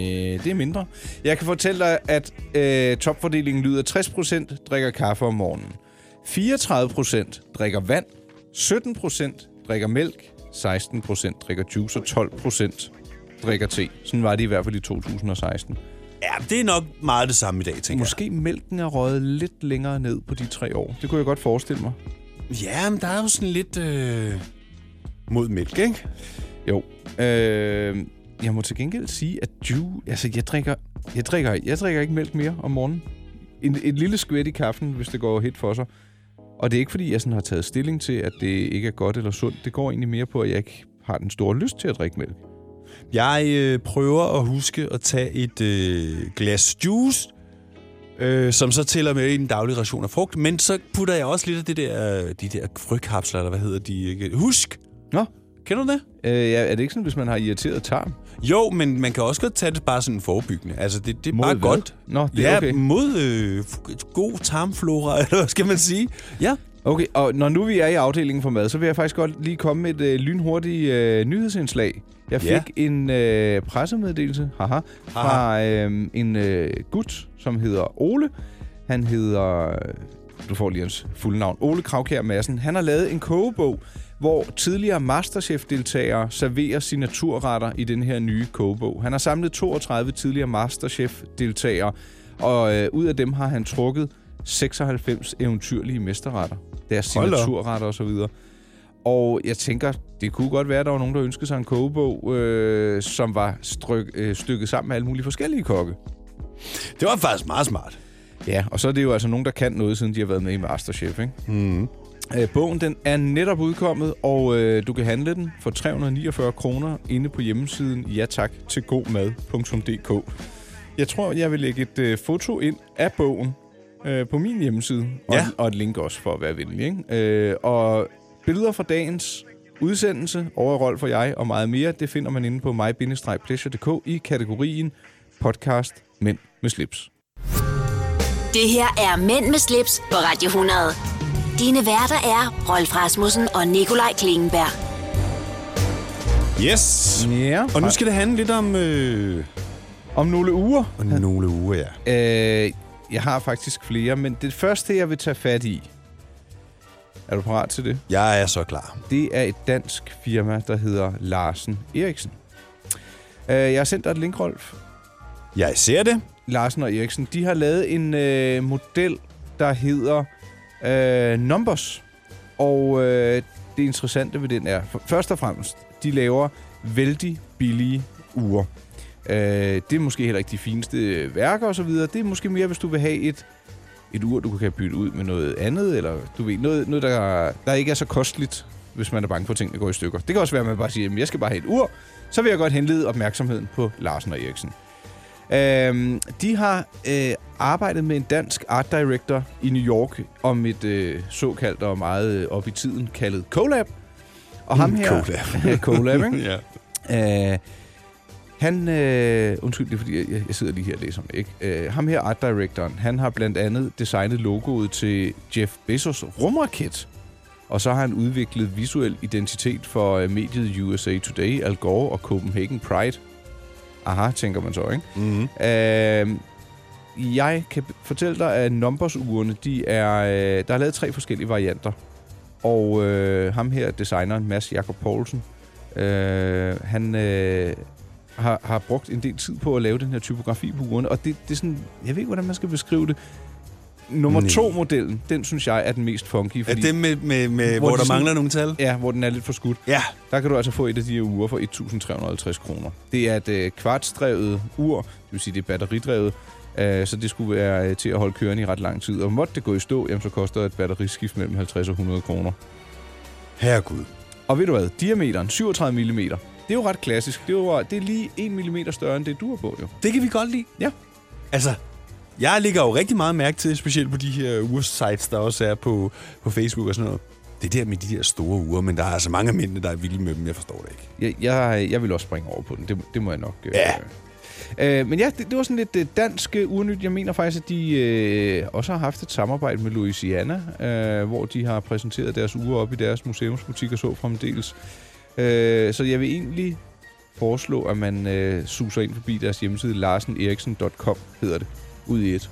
Speaker 2: det er mindre. Jeg kan fortælle dig, at øh, topfordelingen lyder, at 60% drikker kaffe om morgenen, 34% drikker vand, 17% drikker mælk, 16% drikker juice og 12% drikker te. Sådan var det i hvert fald i 2016.
Speaker 3: Ja, det er nok meget det samme i dag, tænker
Speaker 2: Måske mælken er røget lidt længere ned på de tre år. Det kunne jeg godt forestille mig.
Speaker 3: jeg. Ja, men der er jo sådan lidt... Øh... Mod mælk, ikke?
Speaker 2: Jo. Øh, jeg må til gengæld sige, at ju, altså, jeg drikker, jeg, drikker, jeg drikker ikke mælk mere om morgenen. En, et lille skvæt i kaffen, hvis det går helt for sig. Og det er ikke, fordi jeg sådan har taget stilling til, at det ikke er godt eller sundt. Det går egentlig mere på, at jeg ikke har den store lyst til at drikke mælk.
Speaker 3: Jeg øh, prøver at huske at tage et øh, glas juice, øh, som så tæller med i den daglige ration af frugt. Men så putter jeg også lidt af det der, øh, de der frøkapsler, eller hvad hedder de? Ikke? Husk!
Speaker 2: Nå,
Speaker 3: Kender du det?
Speaker 2: øh, ja, er det ikke sådan, hvis man har irriteret tarm?
Speaker 3: Jo, men man kan også godt tage det bare sådan forebyggende. Altså, det, det er
Speaker 2: Mod
Speaker 3: bare
Speaker 2: hvad?
Speaker 3: godt.
Speaker 2: Nå, det er
Speaker 3: ja,
Speaker 2: okay.
Speaker 3: mod øh, f- god tarmflora, eller hvad skal man sige? Ja.
Speaker 2: Okay, og når nu vi er i afdelingen for mad, så vil jeg faktisk godt lige komme med et øh, lynhurtigt øh, nyhedsindslag. Jeg fik
Speaker 3: Ja.
Speaker 2: ja. en øh, pressemeddelelse haha, fra øh, en øh, gut, som hedder Ole. Han hedder, du får lige hans fulde navn, Ole Kravkær Madsen. Han har lavet en kogebog, hvor tidligere Masterchef-deltagere serverer signaturretter i den her nye kogebog. Han har samlet 32 tidligere Masterchef-deltagere, og øh, ud af dem har han trukket 96 eventyrlige mesterretter. Deres
Speaker 3: Hold da op.
Speaker 2: signaturretter osv. Og, og jeg tænker, det kunne godt være, at der var nogen, der ønskede sig en kogebog, øh, som var stryk, øh, stykket sammen med alle mulige forskellige kokke.
Speaker 3: Det var faktisk meget smart.
Speaker 2: Ja, og så er det jo altså nogen, der kan noget, siden de har været med i Masterchef, ikke? Mm. Øh, bogen, den er netop udkommet, og øh, du kan handle den for 349 kroner inde på hjemmesiden ja tak til godmad.dk. Jeg tror, jeg vil lægge et øh, foto ind af bogen øh, på min hjemmeside, og,
Speaker 3: Ja.
Speaker 2: og et link også for at være venlig. Ikke? Øh, og billeder fra dagens udsendelse over Rolf for jeg og meget mere, det finder man inde på mig-pleasure.dk i kategorien podcast Mænd med slips.
Speaker 1: Det her er Mænd med slips på Radio 100. Dine værter er Rolf Rasmussen og Nikolaj Klingenberg.
Speaker 3: Yes!
Speaker 2: Ja.
Speaker 3: Og nu skal det handle lidt om... Øh...
Speaker 2: Om nogle uger.
Speaker 3: om Nogle uger, ja.
Speaker 2: Øh, jeg har faktisk flere, men det første, jeg vil tage fat i... Er du parat til det?
Speaker 3: Jeg er så klar.
Speaker 2: Det er et dansk firma, der hedder Larsen Eriksen. Øh, jeg har sendt dig et link, Rolf.
Speaker 3: Jeg ser det.
Speaker 2: Larsen og Eriksen, de har lavet en øh, model, der hedder øh, Numbers. Og øh, det interessante ved den er, for- først og fremmest, de laver vældig billige ure. Øh, det er måske heller ikke de fineste øh, værker osv. Det er måske mere, hvis du vil have et, et ur, du kan bytte ud med noget andet, eller du ved, noget, noget der, der ikke er så kosteligt, hvis man er bange for, at tingene går i stykker. Det kan også være, at man bare siger, at jeg skal bare have et ur. Så vil jeg godt henlede opmærksomheden på Larsen og Eriksen. Øhm, de har øh, arbejdet med en dansk art director i New York om et øh, såkaldt og meget øh, op i tiden kaldet collab. Og ham her...
Speaker 3: collab.
Speaker 2: collab, ikke?
Speaker 3: ja.
Speaker 2: Øh, han, øh, undskyld, det er fordi, jeg, jeg sidder lige her og læser om det, ikke? Øh, ham her, art directoren, han har blandt andet designet logoet til Jeff Bezos rumraket. Og så har han udviklet visuel identitet for øh, mediet USA Today, Al Gore og Copenhagen Pride. Aha, tænker man så, ikke?
Speaker 3: Mm-hmm.
Speaker 2: Øh, jeg kan b- fortælle dig, at numbers-urene, de er, øh, der er lavet tre forskellige varianter. Og øh, ham her, designeren Mads Jakob Poulsen, øh, han, øh, har, har brugt en del tid på at lave den her typografi på urene, og det, det er sådan, jeg ved ikke, hvordan man skal beskrive det. Nummer
Speaker 3: Nej.
Speaker 2: to modellen, den synes jeg er den mest funky. Fordi,
Speaker 3: den med- med- med- hvor
Speaker 2: de
Speaker 3: der mangler nogle tal?
Speaker 2: Ja, hvor den er lidt for skudt.
Speaker 3: Ja.
Speaker 2: Der kan du altså få et af de her ure for 1.350 kroner. Det er et øh, kvartsdrevet ur, det vil sige, det er batteridrevet, øh, så det skulle være øh, til at holde kørende i ret lang tid. Og måtte det gå i stå, jamen, så koster et batteriskift mellem 50 og 100 kroner.
Speaker 3: Herregud.
Speaker 2: Og ved du hvad, diameteren, 37 mm. Det er jo ret klassisk. Det er, jo, det er lige 1 mm større end det, du har på, jo.
Speaker 3: Det kan vi godt lide.
Speaker 2: Ja.
Speaker 3: Altså, jeg lægger jo rigtig meget mærke til, specielt på de her ursites, der også er på, på Facebook og sådan noget. Det er der med de der store uger, men der er altså mange af mændene, der er vilde med dem. Jeg forstår det ikke.
Speaker 2: Jeg, jeg, jeg vil også springe over på den. Det, det må jeg nok... Øh, ja. Øh, men ja, det, det var sådan lidt øh, dansk øh, urnyt. Jeg mener faktisk, at de øh, også har haft et samarbejde med Louisiana, øh, hvor de har præsenteret deres ure op i deres museumsbutik og så fremdeles. Øh, så jeg vil egentlig foreslå, at man øh, suser ind forbi deres hjemmeside, larseneriksen.com hedder det, ud i et.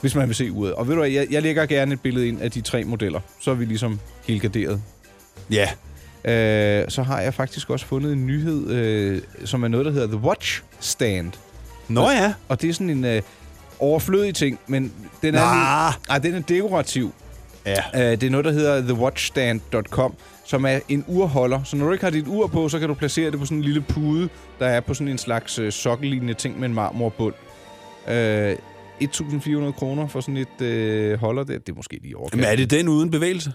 Speaker 2: Hvis man vil se uret. Og ved du hvad, jeg, jeg lægger gerne et billede ind af de tre modeller. Så er vi ligesom helt garderet.
Speaker 3: Ja.
Speaker 2: Øh, så har jeg faktisk også fundet en nyhed, øh, som er noget, der hedder The Watch Stand.
Speaker 3: Nå
Speaker 2: og,
Speaker 3: ja.
Speaker 2: Og det er sådan en øh, overflødig ting, men den er,
Speaker 3: Nah.
Speaker 2: nej, den er dekorativ.
Speaker 3: Ja.
Speaker 2: Øh, det er noget, der hedder thewatchstand.com, som er en urholder. Så når du ikke har dit ur på, så kan du placere det på sådan en lille pude, der er på sådan en slags øh, sokkelignende ting med en marmorbund. Øh, 1.400 kroner for sådan et øh, holder der. Det er måske lige overkant.
Speaker 3: Men er det den uden bevægelse?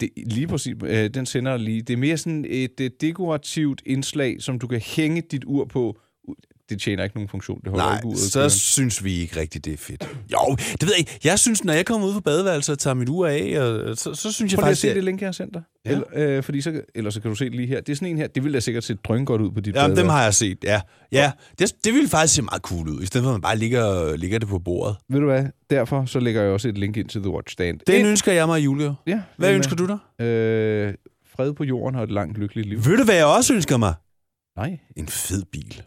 Speaker 2: Det, lige præcis. Øh, den sender jeg lige. Det er mere sådan et øh, dekorativt indslag, som du kan hænge dit ur på. U- Det tjener ikke nogen funktion. Det holder
Speaker 3: Nej,
Speaker 2: ikke uret.
Speaker 3: så
Speaker 2: kørende.
Speaker 3: synes vi ikke rigtigt, det er fedt. Jo, det ved jeg ikke. Jeg synes, når jeg kommer ud på badeværelset og tager mit ur af, og, så, så synes jeg
Speaker 2: Prøv lige at
Speaker 3: faktisk...
Speaker 2: se det link, jeg har sendt dig. Ja. Eller, øh, fordi så, eller så kan du se det lige her. Det er sådan en her. Det ville da sikkert se drøn godt ud på dit
Speaker 3: Ja, dem
Speaker 2: badeværelse.
Speaker 3: har jeg set, ja. Ja, det, det ville faktisk se meget cool ud, i stedet for at man bare ligger, ligger det på bordet.
Speaker 2: Ved du hvad? Derfor så lægger jeg også et link ind til The Watch Stand.
Speaker 3: Den
Speaker 2: Ind-
Speaker 3: ønsker jeg mig, Julia.
Speaker 2: Ja,
Speaker 3: Hvad
Speaker 2: den,
Speaker 3: ønsker du dig?
Speaker 2: Øh, fred på jorden og et langt, lykkeligt liv.
Speaker 3: Ved du, hvad jeg også ønsker mig?
Speaker 2: Nej.
Speaker 3: En fed bil.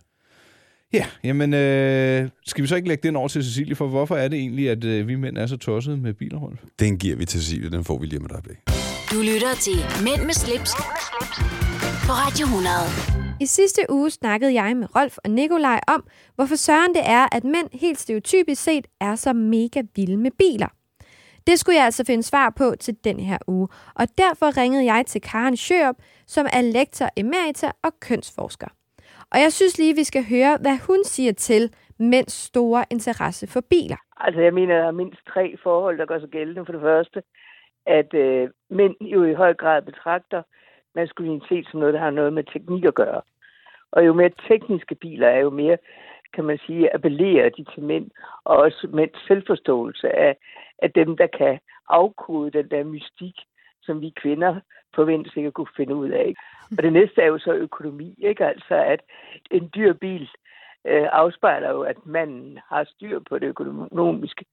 Speaker 2: Ja, jamen, øh, skal vi så ikke lægge den over til Cecilie, for hvorfor er det egentlig, at øh, vi mænd er så tossede med biler, Rolf?
Speaker 3: Den giver vi til Cecilie, den får vi lige om et øjeblik.
Speaker 1: Du lytter til Mænd med slips, på Radio 100.
Speaker 13: I sidste uge snakkede jeg med Rolf og Nikolaj om, hvorfor søren det er, at mænd helt stereotypisk set er så mega vilde med biler. Det skulle jeg altså finde svar på til den her uge, og derfor ringede jeg til Karen Sjøop, som er lektor emerita og kønsforsker. Og jeg synes lige, vi skal høre, hvad hun siger til mænds store interesse for biler.
Speaker 14: Altså, jeg mener, der er mindst tre forhold, der gør sig gældende. For det første, at øh, mænd jo i høj grad betragter maskulinitet som noget, der har noget med teknik at gøre. Og jo mere tekniske biler er, jo mere, kan man sige, appellerer de til mænd, og også mænds selvforståelse af, af dem, der kan afkode den der mystik, som vi kvinder forventes ikke at kunne finde ud af. Ikke? Og det næste er jo så økonomi, ikke? Altså, at en dyr bil øh, afspejler jo, at manden har styr på det økonomiske,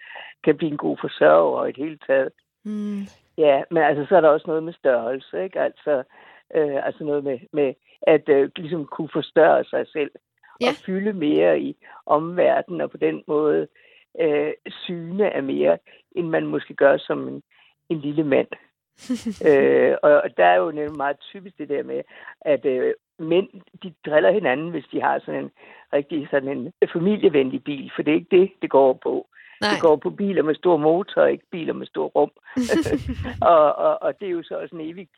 Speaker 14: kan blive en god forsørger og i det hele taget.
Speaker 13: Mm.
Speaker 14: Ja, men altså, så er der også noget med størrelse, ikke? Altså, øh, altså noget med, med at øh, ligesom kunne forstørre sig selv ja. og fylde mere i omverdenen, og på den måde øh, syne af mere, end man måske gør som en, en lille mand. øh, og og der er jo nemlig meget typisk det der med, at øh, mænd, de driller hinanden, hvis de har sådan en rigtig sådan en familievenlig bil, for det er ikke det, det går på. Nej. Det går på biler med stor motor, ikke biler med stor rum. og, og, og det er jo så også en evig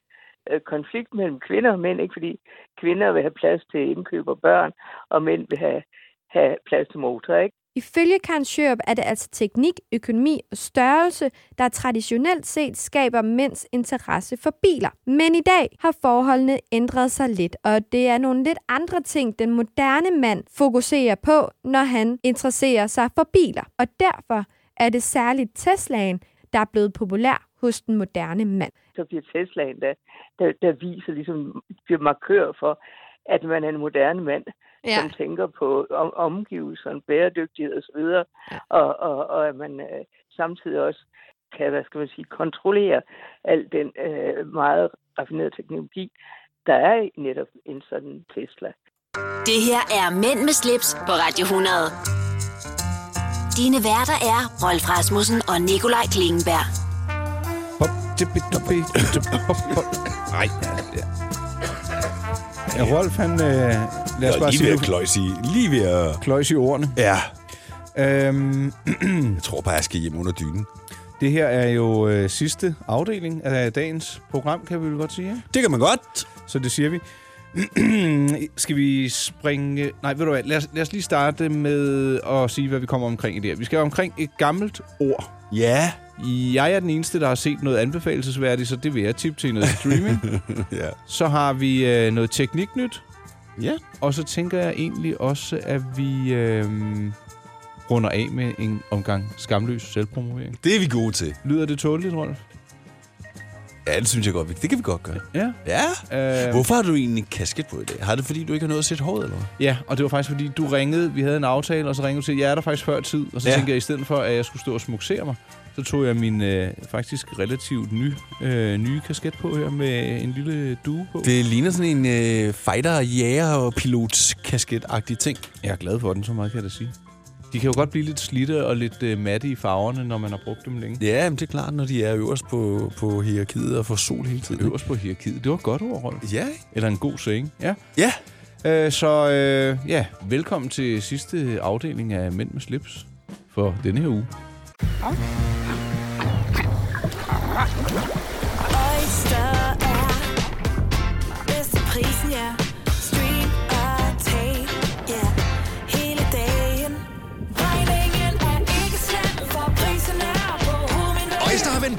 Speaker 14: øh, konflikt mellem kvinder og mænd, ikke? fordi kvinder vil have plads til indkøb og børn, og mænd vil have, have plads til motor. Ikke?
Speaker 13: Ifølge Karen Sjørup er det altså teknik, økonomi og størrelse, der traditionelt set skaber mænds interesse for biler. Men i dag har forholdene ændret sig lidt, og det er nogle lidt andre ting, den moderne mand fokuserer på, når han interesserer sig for biler. Og derfor er det særligt Teslaen, der er blevet populær hos den moderne mand.
Speaker 14: så bliver Teslaen, der, der, der viser, ligesom bliver markør for, at man er en moderne mand,
Speaker 13: ja.
Speaker 14: som tænker på om, omgivelser, bæredygtighed osv., og, ja. og, og, og at man øh, samtidig også kan, hvad skal man sige, kontrollere al den øh, meget raffinerede teknologi, der er i netop en sådan Tesla.
Speaker 1: Det her er Mænd med slips på Radio 100. Dine værter er Rolf Rasmussen og Nikolaj Klingenberg.
Speaker 2: Nej. Ja, Rolf, han... Øh, lad os
Speaker 3: Jeg er
Speaker 2: bare
Speaker 3: lige
Speaker 2: sige,
Speaker 3: ved
Speaker 2: du-
Speaker 3: at kløjse i. Lige ved at...
Speaker 2: Kløjse i ordene.
Speaker 3: Ja.
Speaker 2: Øhm,
Speaker 3: jeg tror bare, jeg skal hjem under dynen.
Speaker 2: Det her er jo øh, sidste afdeling af dagens program, kan vi vel godt sige. ikke?
Speaker 3: Det kan man godt.
Speaker 2: Så det siger vi. skal vi springe... Nej, ved du hvad, lad os, lad os lige starte med at sige, hvad vi kommer omkring i det her. Vi skal omkring et gammelt ord.
Speaker 3: Ja.
Speaker 2: Jeg er den eneste, der har set noget anbefalesværdigt, så det vil jeg tippe til noget streaming.
Speaker 3: ja.
Speaker 2: Så har vi øh, noget tekniknyt.
Speaker 3: Ja.
Speaker 2: Og så tænker jeg egentlig også, at vi øh, runder af med en omgang skamløs selvpromovering.
Speaker 3: Det er vi gode til.
Speaker 2: Lyder det tåligt, Rolf?
Speaker 3: Ja, det synes jeg godt. vi- Det kan vi godt gøre.
Speaker 2: Ja.
Speaker 3: Ja.
Speaker 2: Øh,
Speaker 3: Hvorfor har du egentlig en kasket på i dag? Har det, fordi du ikke har nået at sætte håret, eller hvad?
Speaker 2: Ja, og det var faktisk, fordi du ringede. Vi havde en aftale, og så ringede du til, jeg er der faktisk før tid. Og så
Speaker 3: Ja.
Speaker 2: ja. tænkte jeg, i stedet for, at jeg skulle stå og smuksere mig, så tog jeg min øh, faktisk relativt ny, øh, nye kasket på her med en lille due på.
Speaker 3: Det ligner sådan en øh, fighter, jæger og pilots kasket-agtig ting.
Speaker 2: Jeg er glad for den, så meget kan jeg da sige. De kan jo godt blive lidt slidte og lidt øh, matte i farverne, når man har brugt dem længe.
Speaker 3: Ja, men det er klart, når de er øverst på, på hierarkiet og får sol hele tiden.
Speaker 2: Øverst på hierarkiet. Det var et godt ord, Rolf.
Speaker 3: Ja.
Speaker 2: Eller en god saying. Ja.
Speaker 3: Ja.
Speaker 2: Øh, så øh, ja, velkommen til sidste afdeling af Mænd med slips for denne her uge.
Speaker 15: Oyster er bedst til prisen, ja. Stream og tag, ja. Hele dagen. Regningen er ikke slem, for prisen er på hovedet.
Speaker 16: Øjster har vendt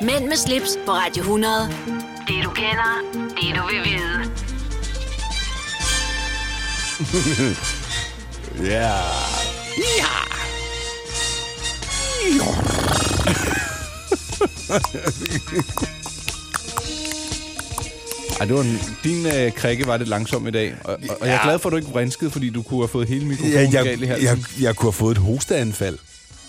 Speaker 1: Mænd med slips på Radio 100. Det du kender, det du vil vide.
Speaker 3: ja.
Speaker 1: Ja.
Speaker 2: Ej, det var en, din øh, krikke var lidt langsom i dag, og, og, ja. og jeg er
Speaker 3: Ja.
Speaker 2: glad for, at du ikke vrinskede, fordi du kunne have fået hele mikrofonen
Speaker 3: Ja, jeg,
Speaker 2: galt i
Speaker 3: jeg,
Speaker 2: halsen.
Speaker 3: jeg, jeg kunne have fået et hosteanfald.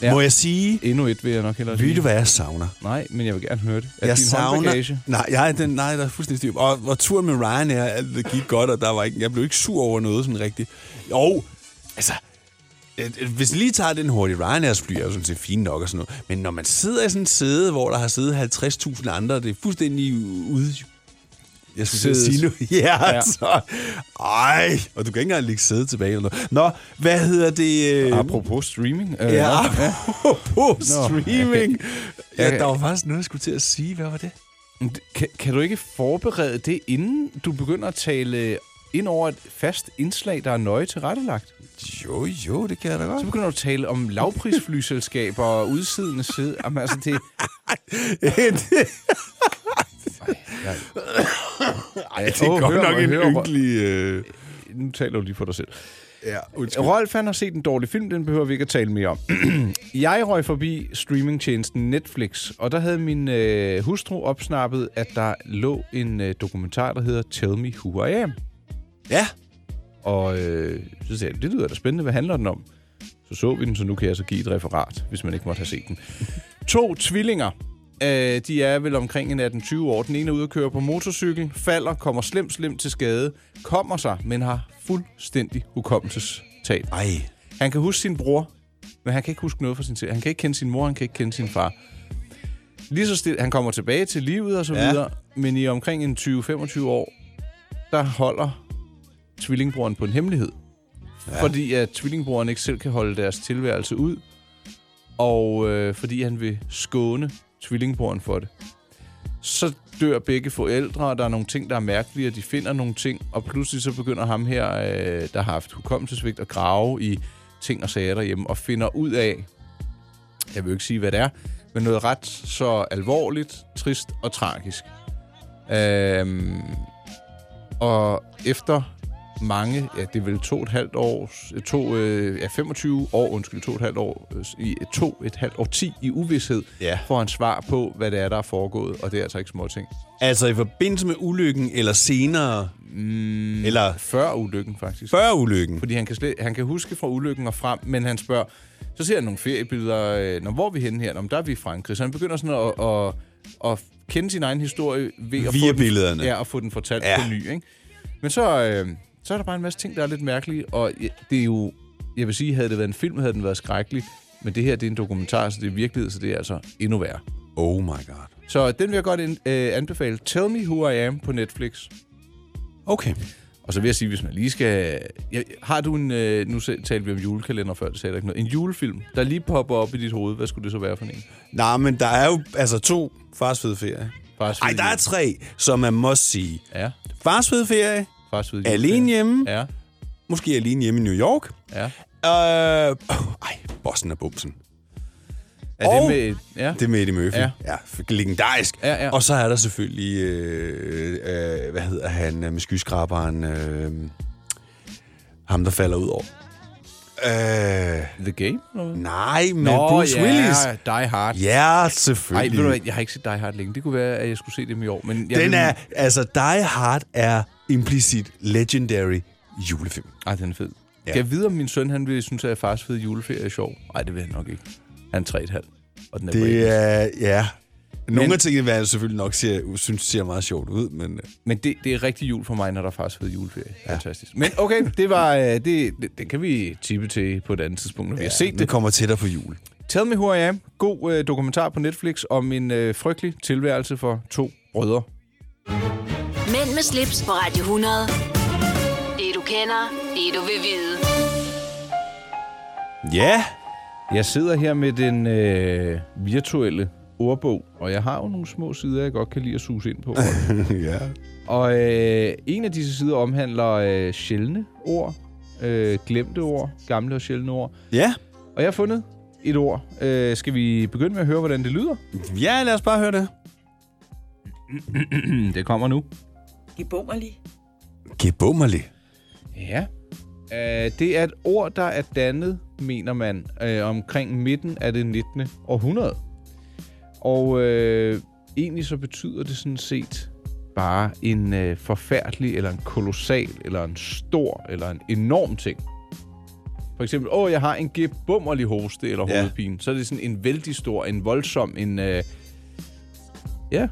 Speaker 3: Ja. Må jeg sige...
Speaker 2: Endnu et vil jeg nok hellere
Speaker 3: Ved
Speaker 2: sige.
Speaker 3: du, hvad jeg savner?
Speaker 2: Nej, men jeg vil gerne høre det. Er
Speaker 3: Jeg
Speaker 2: din
Speaker 3: savner...
Speaker 2: håndbagage?
Speaker 3: Nej, jeg, er den, nej, der er fuldstændig styr. på. Og, og turen med Ryan her, alt det gik godt, og der var ikke, jeg blev ikke sur over noget sådan rigtigt. Jo, altså... øh, øh, Hvis jeg lige tager den hurtigt, Ryanairs fly er jo sådan set fint nok og sådan noget. Men når man sidder i sådan en sæde, hvor der har siddet 50.000 andre, og det er fuldstændig ude... Jeg skulle til at sige nu. Ja, ja. Så, ej, og du kan ikke engang ligge sæde tilbage eller noget. Nå, hvad hedder det? øh,
Speaker 2: Apropos streaming.
Speaker 3: Øh, ja,
Speaker 2: nå, ja.
Speaker 3: apropos
Speaker 2: Nå, jeg kan-
Speaker 3: streaming.
Speaker 2: jeg
Speaker 3: Ja,
Speaker 2: kan-
Speaker 3: der var faktisk noget, jeg skulle til at sige. Hvad var det?
Speaker 2: Kan, kan du ikke forberede det, inden du begynder at tale ind over et fast indslag, der er nøje tilrettelagt?
Speaker 3: Jo, jo, det kan jeg da godt.
Speaker 2: Så begynder du at tale om lavprisflyselskaber og udsidende side. Jamen, altså, det...
Speaker 3: Ej, det er godt nok en ynkelig... Øh...
Speaker 2: Nu taler du lige for dig selv.
Speaker 3: Ja,
Speaker 2: Undskyld. Rolf han har set en dårlig film, den behøver vi ikke at tale mere om. jeg røg forbi streamingtjenesten Netflix, og der havde min øh, hustru opsnappet, at der lå en øh, dokumentar, der hedder Tell Me Who I Am.
Speaker 3: Ja.
Speaker 2: Og øh, så sagde jeg, det lyder da spændende, hvad handler den om? Så så vi den, så nu kan jeg så give et referat, hvis man ikke måtte have set den. To tvillinger. Øh, de er vel omkring en 18-20 år. Den ene er ude at køre på motorcykel, falder, kommer slemt, slemt til skade, kommer sig, men har fuldstændig hukommelsestab.
Speaker 3: Ej.
Speaker 2: Han kan huske sin bror, men han kan ikke huske noget fra sin tid. Han kan ikke kende sin mor, han kan ikke kende sin far. Lige så stille, han kommer tilbage til livet og så
Speaker 3: Ja.
Speaker 2: ja. videre, men i omkring en 20-25 år, der holder tvillingbroren på en hemmelighed. Ja. Fordi at tvillingbroren ikke selv kan holde deres tilværelse ud, og øh, fordi han vil skåne tvillingbroren for det. så dør begge forældre, og der er nogle ting, der er mærkelige, og de finder nogle ting, og pludselig så begynder ham her, øh, der har haft hukommelsesvigt, at grave i ting og sager derhjemme, og finder ud af, jeg vil jo ikke sige, hvad det er, men noget ret så alvorligt, trist og tragisk. Øhm, og efter mange, ja, det er vel to og et halvt år, to, øh, ja, 25 år, undskyld, to og et halvt år, øh, i to et halvt år, ti i uvidshed, ja. får han svar på, hvad det er, der er foregået, og det er altså ikke småting.
Speaker 3: Altså i forbindelse med ulykken, eller senere?
Speaker 2: Mm,
Speaker 3: eller
Speaker 2: før ulykken, faktisk.
Speaker 3: Før ulykken?
Speaker 2: Fordi han kan, slet, han kan huske fra ulykken og frem, men han spørger, så ser han nogle feriebilleder, øh, når hvor er vi henne her? Nå, men der er vi i Frankrig. Så han begynder sådan at, at, at, at kende sin egen historie ved at
Speaker 3: Via
Speaker 2: få
Speaker 3: billederne.
Speaker 2: Den, ja, at få den fortalt
Speaker 3: Ja.
Speaker 2: ja. på ny, ikke? Men så, øh, så er der bare en masse ting, der er lidt mærkelige, og ja, det er jo... Jeg vil sige, havde det været en film, havde den været skrækkelig, men det her, det er en dokumentar, så det er virkelighed, så det er altså endnu værre.
Speaker 3: Oh my god.
Speaker 2: Så den vil jeg godt ind- øh, anbefale. Tell Me Who I Am på Netflix.
Speaker 3: Okay.
Speaker 2: Og så vil jeg sige, hvis man lige skal... Ja, har du en... Øh, nu se- talte vi om julekalender før, det sagde jeg ikke noget. En julefilm, der lige popper op i dit hoved. Hvad skulle det så være for en?
Speaker 3: Nej, men der er jo altså to Fars Fede Ferie.
Speaker 2: Fars
Speaker 3: Ej, der er tre, som man må sige.
Speaker 2: Ja.
Speaker 3: Fars Fede Ferie,
Speaker 2: Fars Fede
Speaker 3: Alene Hjemme,
Speaker 2: ja.
Speaker 3: måske Alene Hjemme i New York.
Speaker 2: Ja.
Speaker 3: Øh, ej, Bossen og Bumsen.
Speaker 2: Er det med- ja.
Speaker 3: Det er med Eddie Murphy.
Speaker 2: Ja.
Speaker 3: Ja. ja legendarisk.
Speaker 2: Ja, ja.
Speaker 3: Og så er der selvfølgelig, øh, øh, hvad hedder han, øh, med skyskraberen, øh, ham der falder ud over. Øh,
Speaker 2: The Game?
Speaker 3: Nej, men Bruce
Speaker 2: ja,
Speaker 3: Willis.
Speaker 2: Die Hard.
Speaker 3: Ja,
Speaker 2: Ej,
Speaker 3: selvfølgelig.
Speaker 2: ved du hvad, jeg har ikke set Die Hard længe. Det kunne være, at jeg skulle se dem i år. Men jeg
Speaker 3: den
Speaker 2: vil-
Speaker 3: er, altså Die Hard er implicit legendary julefilm.
Speaker 2: Ej, den er fed.
Speaker 3: Ja.
Speaker 2: Ja. Kan jeg vide, om min søn han vil synes, at fars fede juleferie er sjov? Nej, det vil han nok ikke. Han er 3,5. Og den er på engelsk.
Speaker 3: Det er, ja. Nogle
Speaker 2: Men-
Speaker 3: af tingene, hvad jeg selvfølgelig nok ser, synes ser meget sjovt ud, men...
Speaker 2: Men det, det er rigtig jul for mig, når der er faktisk fed juleferie. Ja. Fantastisk. Men okay, det var, øh, det, det, den kan vi tippe til på et andet tidspunkt, når ja, vi har set
Speaker 3: Vi
Speaker 2: det.
Speaker 3: kommer tættere på jul.
Speaker 2: Tell Me Who I Am. God øh, dokumentar på Netflix om en øh, frygtelig tilværelse for to brødre.
Speaker 1: Mænd med slips på Radio 100. Det du kender, det du vil vide.
Speaker 3: Ja.
Speaker 2: Jeg sidder her med den øh, virtuelle ordbog, og jeg har jo nogle små sider, jeg godt kan lide at suse ind på.
Speaker 3: ja.
Speaker 2: Og øh, en af disse sider omhandler øh, sjældne ord, øh, glemte ord, gamle og sjældne ord.
Speaker 3: Ja.
Speaker 2: Og jeg har fundet et ord. Øh, skal vi begynde med at høre, hvordan det lyder?
Speaker 3: Ja, lad os bare høre det.
Speaker 2: det kommer nu.
Speaker 6: Gebummerlig.
Speaker 3: Gebummerlig.
Speaker 2: Ja. Øh, det er et ord, der er dannet, mener man, øh, omkring midten af det 19. århundrede. Og øh, egentlig så betyder det sådan set bare en øh, forfærdelig, eller en kolossal, eller en stor, eller en enorm ting. For eksempel, åh, jeg har en gebummerlig hoste eller
Speaker 3: Ja.
Speaker 2: hovedpine. Så er det sådan en vældig stor, en voldsom, en... Øh, ja,
Speaker 3: Det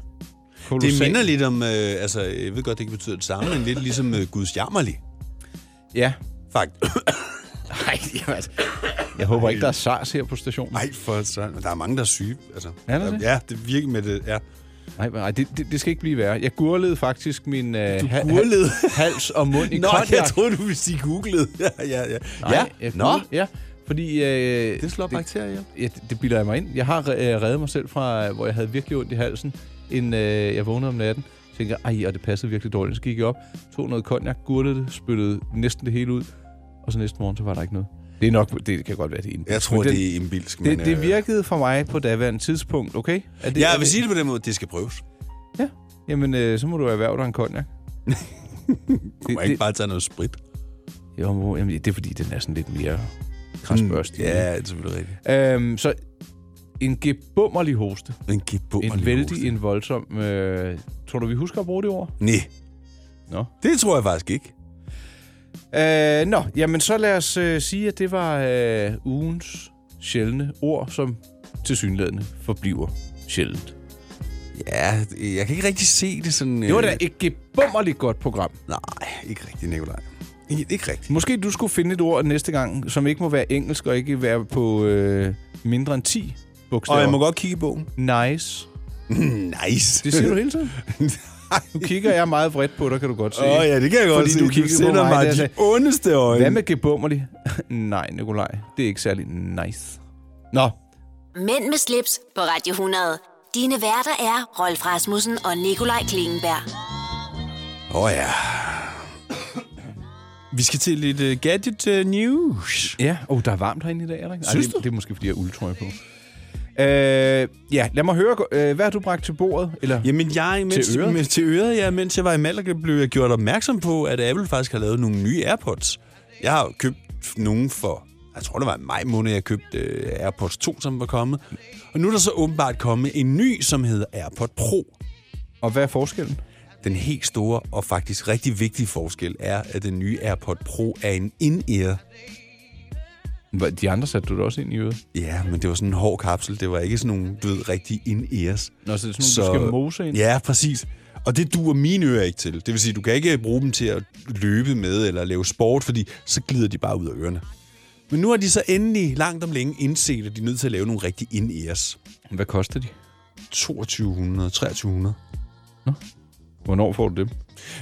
Speaker 2: kolossal.
Speaker 3: minder lidt om, øh, altså, jeg ved godt, det ikke betyder det samme, men lidt ligesom øh, Guds jammerlig.
Speaker 2: Ja.
Speaker 3: Fakt.
Speaker 2: Nej, jamen, altså, jeg håber ikke, der er SARS her på stationen.
Speaker 3: Nej, for sådan. Men Der er mange, der er syge. Altså,
Speaker 2: Er der det?
Speaker 3: Ja, det virker med det, ja.
Speaker 2: Nej, nej det, det, det skal ikke blive værre. Jeg gurlede faktisk min øh,
Speaker 3: Du
Speaker 2: ha- ha-
Speaker 3: gurlede?
Speaker 2: hals og mund i
Speaker 3: Nå,
Speaker 2: cognac.
Speaker 3: jeg troede, du ville sige googlede. ja, ja, ja.
Speaker 2: Nej,
Speaker 3: ja.
Speaker 2: jeg
Speaker 3: Nå,
Speaker 2: Nå? Ja, fordi... Øh, det slår
Speaker 3: bakterier ihjel.
Speaker 2: Ja, det, det bilder jeg mig ind. Jeg har re- øh, reddet mig selv fra, øh, hvor jeg havde virkelig ondt i halsen, inden øh, jeg vågnede om natten. Så tænkte jeg, ej, og det passede virkelig dårligt. Så gik jeg op, tog noget cognac, gurlede det, spyttede næsten det hele ud. Og så næste morgen, så var der ikke noget. Det er nok, det kan godt være, det er indbilsk.
Speaker 3: Jeg tror,
Speaker 2: Men den-
Speaker 3: det er indbilsk, men,
Speaker 2: Det, det
Speaker 3: øh,
Speaker 2: virkede for mig på daværende tidspunkt, okay? Er
Speaker 3: det, ja, jeg vil sige det på den måde, det skal prøves.
Speaker 2: Jamen, øh, så må du erhverve dig en cognac.
Speaker 3: Du må ikke bare tage noget sprit.
Speaker 2: Jo, må- jamen, det er fordi, den er sådan lidt mere kraspørstig.
Speaker 3: Mm. Ja, det er selvfølgelig rigtigt.
Speaker 2: Øhm, så en gebummerlig hoste.
Speaker 3: En gebummerlig
Speaker 2: En vældig,
Speaker 3: hoste.
Speaker 2: en voldsom... Øh, tror du, vi husker at bruge det ord?
Speaker 3: Nej.
Speaker 2: Nå.
Speaker 3: Det tror jeg faktisk ikke.
Speaker 2: Øh, nå, jamen så lad os øh, sige, at det var øh, ugens sjældne ord, som til synlædende forbliver sjældent.
Speaker 3: Ja, jeg kan ikke rigtig se det sådan...
Speaker 2: Det var da
Speaker 3: øh,
Speaker 2: et gebummerligt godt program.
Speaker 3: Nej, ikke rigtigt, Nikolaj. Ikke, ikke rigtigt.
Speaker 2: Måske du skulle finde et ord næste gang, som ikke må være engelsk og ikke være på øh, mindre end 10 bogstaver.
Speaker 3: Og jeg må godt kigge i bogen.
Speaker 2: Nice.
Speaker 3: nice.
Speaker 2: Det siger du hele tiden. Nu kigger jeg meget vredt på dig, kan du godt se.
Speaker 3: Åh, ja, det kan jeg godt
Speaker 2: Fordi
Speaker 3: se.
Speaker 2: du
Speaker 3: Du
Speaker 2: kiggede på
Speaker 3: sender
Speaker 2: mig, da
Speaker 3: mig
Speaker 2: jeg
Speaker 3: de
Speaker 2: sagde,
Speaker 3: ondeste øjne.
Speaker 2: Hvad med gebummerlig? Nej, Nikolaj. Det er ikke særlig nice. Nå,
Speaker 1: Mænd med slips på Radio 100. Dine værter er Rolf Rasmussen og Nikolaj Klingenberg.
Speaker 3: Åh oh, ja. Vi skal til lidt
Speaker 2: øh,
Speaker 3: uh, gadget uh, news.
Speaker 2: Ja, og oh, der er varmt herinde i dag, er der ikke? Ej,
Speaker 3: Synes
Speaker 2: det,
Speaker 3: du?
Speaker 2: det er måske, fordi jeg har uldtrøje på. Øh, ja, lad mig høre, øh, hvad har du bragt til bordet? Eller?
Speaker 3: Jamen, jeg, mens,
Speaker 2: Til øret?
Speaker 3: Mens, til øret, ja, mens jeg var i Malaga, blev jeg gjort opmærksom på, at Apple faktisk har lavet nogle nye AirPods. Jeg har jo købt nogle for, jeg tror det var i maj måned, jeg købte uh, AirPods 2, som var kommet. Og nu er der så åbenbart kommet en ny, som hedder AirPod Pro.
Speaker 2: Og hvad er forskellen?
Speaker 3: Den helt store og faktisk rigtig vigtige forskel er, at den nye AirPod Pro er en in-ear.
Speaker 2: De andre satte du da også ind i øret?
Speaker 3: Ja, men det var sådan en hård kapsel. Det var ikke sådan nogle, du ved, rigtige in-ears.
Speaker 2: Nå, så det er sådan nogle, du skal mose ind?
Speaker 3: Ja, præcis. Og det duer mine ører ikke til. Det vil sige, du kan ikke bruge dem til at løbe med eller lave sport, fordi så glider de bare ud af ørerne. Men nu har de så endelig langt om længe indset, at de er nødt til at lave nogle rigtige in-ears.
Speaker 2: Hvad koster de?
Speaker 3: 2200, 2300.
Speaker 2: Hvornår får du dem?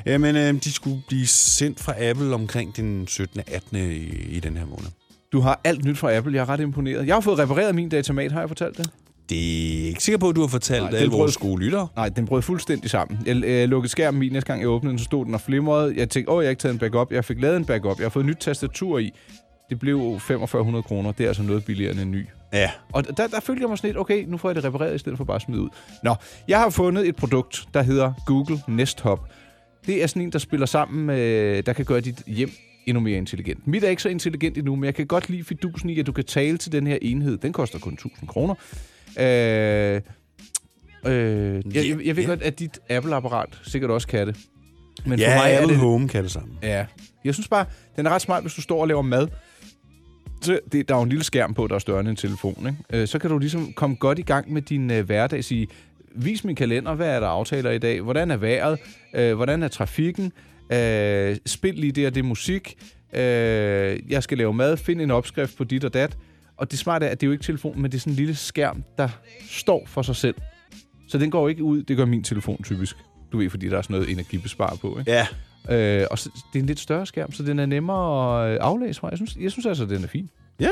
Speaker 3: Jamen, øh, de skulle blive sendt fra Apple omkring den 17. 18. i, i den her måned.
Speaker 2: Du har alt nyt fra Apple. Jeg er ret imponeret. Jeg har fået repareret min datamat, har jeg fortalt det?
Speaker 3: Det er ikke sikker på, at du har fortalt alle vores gode lyttere.
Speaker 2: Nej, den brød fuldstændig sammen. Jeg øh, lukkede skærmen i næste gang, jeg åbnede den, så stod den og flimrede. Jeg tænkte, åh, jeg har ikke taget en backup. Jeg fik lavet en backup. Jeg har fået nyt tastatur i. Det blev 4500 kroner. Det er altså noget billigere end en ny.
Speaker 3: Ja.
Speaker 2: Og der, der følte jeg mig sådan lidt, okay, nu får jeg det repareret, i stedet for bare at smide ud. Nå, jeg har fundet et produkt, der hedder Google Nest Hub. Det er sådan en, der spiller sammen, med, der kan gøre dit hjem endnu mere intelligent. Mit er ikke så intelligent endnu, men jeg kan godt lide fidusen i, at du kan tale til den her enhed. Den koster kun 1000 kroner. Øh, øh, jeg, jeg, jeg ved godt, at dit Apple-apparat sikkert også kan det.
Speaker 3: Men ja, Apple Home kan det sammen.
Speaker 2: Ja. Jeg synes bare, den er ret smart, hvis du står og laver mad. Så det, der er jo en lille skærm på, der er større end en telefon. Ikke? Øh, så kan du ligesom komme godt i gang med din øh, hverdag og sige, vis min kalender, hvad er der aftaler i dag? Hvordan er vejret? Øh, hvordan er trafikken? Øh, spil lige det og det musik. Øh, jeg skal lave mad. Find en opskrift på dit og dat. Og det smarte er, at det er jo ikke telefonen, men det er sådan en lille skærm, der står for sig selv. Så den går ikke ud. Det gør min telefon typisk. Du ved, fordi der er sådan noget energibespar på, ikke?
Speaker 3: Ja.
Speaker 2: Øh, og så, det er en lidt større skærm, så den er nemmere at øh, aflæse fra. Jeg synes, jeg synes altså, den er fin.
Speaker 3: Ja.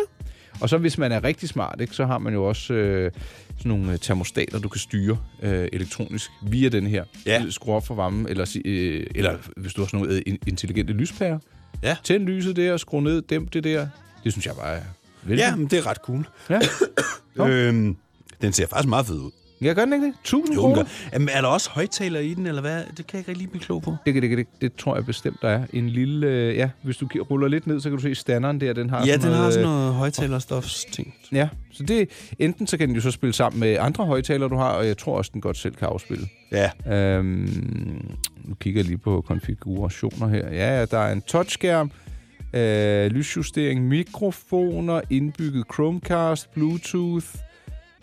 Speaker 2: Og så hvis man er rigtig smart, ikke, så har man jo også øh, sådan nogle øh, termostater, du kan styre øh, elektronisk via den her. Ja. Skru op for varmen, eller, si- øh, eller hvis du har sådan nogle øh, in- intelligente lyspærer.
Speaker 3: Ja.
Speaker 2: Tænd lyset der, skru ned, dæmp det der. Det synes jeg bare er vældig.
Speaker 3: Ja, men det er ret cool.
Speaker 2: Ja.
Speaker 3: øhm, den ser faktisk meget fed ud.
Speaker 2: Jeg gør den ikke det? 1000
Speaker 3: Jo, den
Speaker 2: kroner?
Speaker 3: gør. Jamen, er der også højtaler i den, eller hvad? Det kan jeg ikke rigtig lige blive klog på.
Speaker 2: Det, det, det, det, det tror jeg bestemt, der er. En lille, øh, ja, hvis du ki- ruller lidt ned, så kan du se standeren der, den har
Speaker 3: Ja,
Speaker 2: sådan
Speaker 3: den har
Speaker 2: noget,
Speaker 3: sådan
Speaker 2: øh,
Speaker 3: noget højtalerstofsting.
Speaker 2: Ja, så det, enten så kan den jo så spille sammen med andre højtalere, du har, og jeg tror også, den godt selv kan afspille.
Speaker 3: Ja.
Speaker 2: Øhm, nu kigger jeg lige på konfigurationer her. Ja, ja, der er en touchskærm, øh, lysjustering, mikrofoner, indbygget Chromecast, Bluetooth,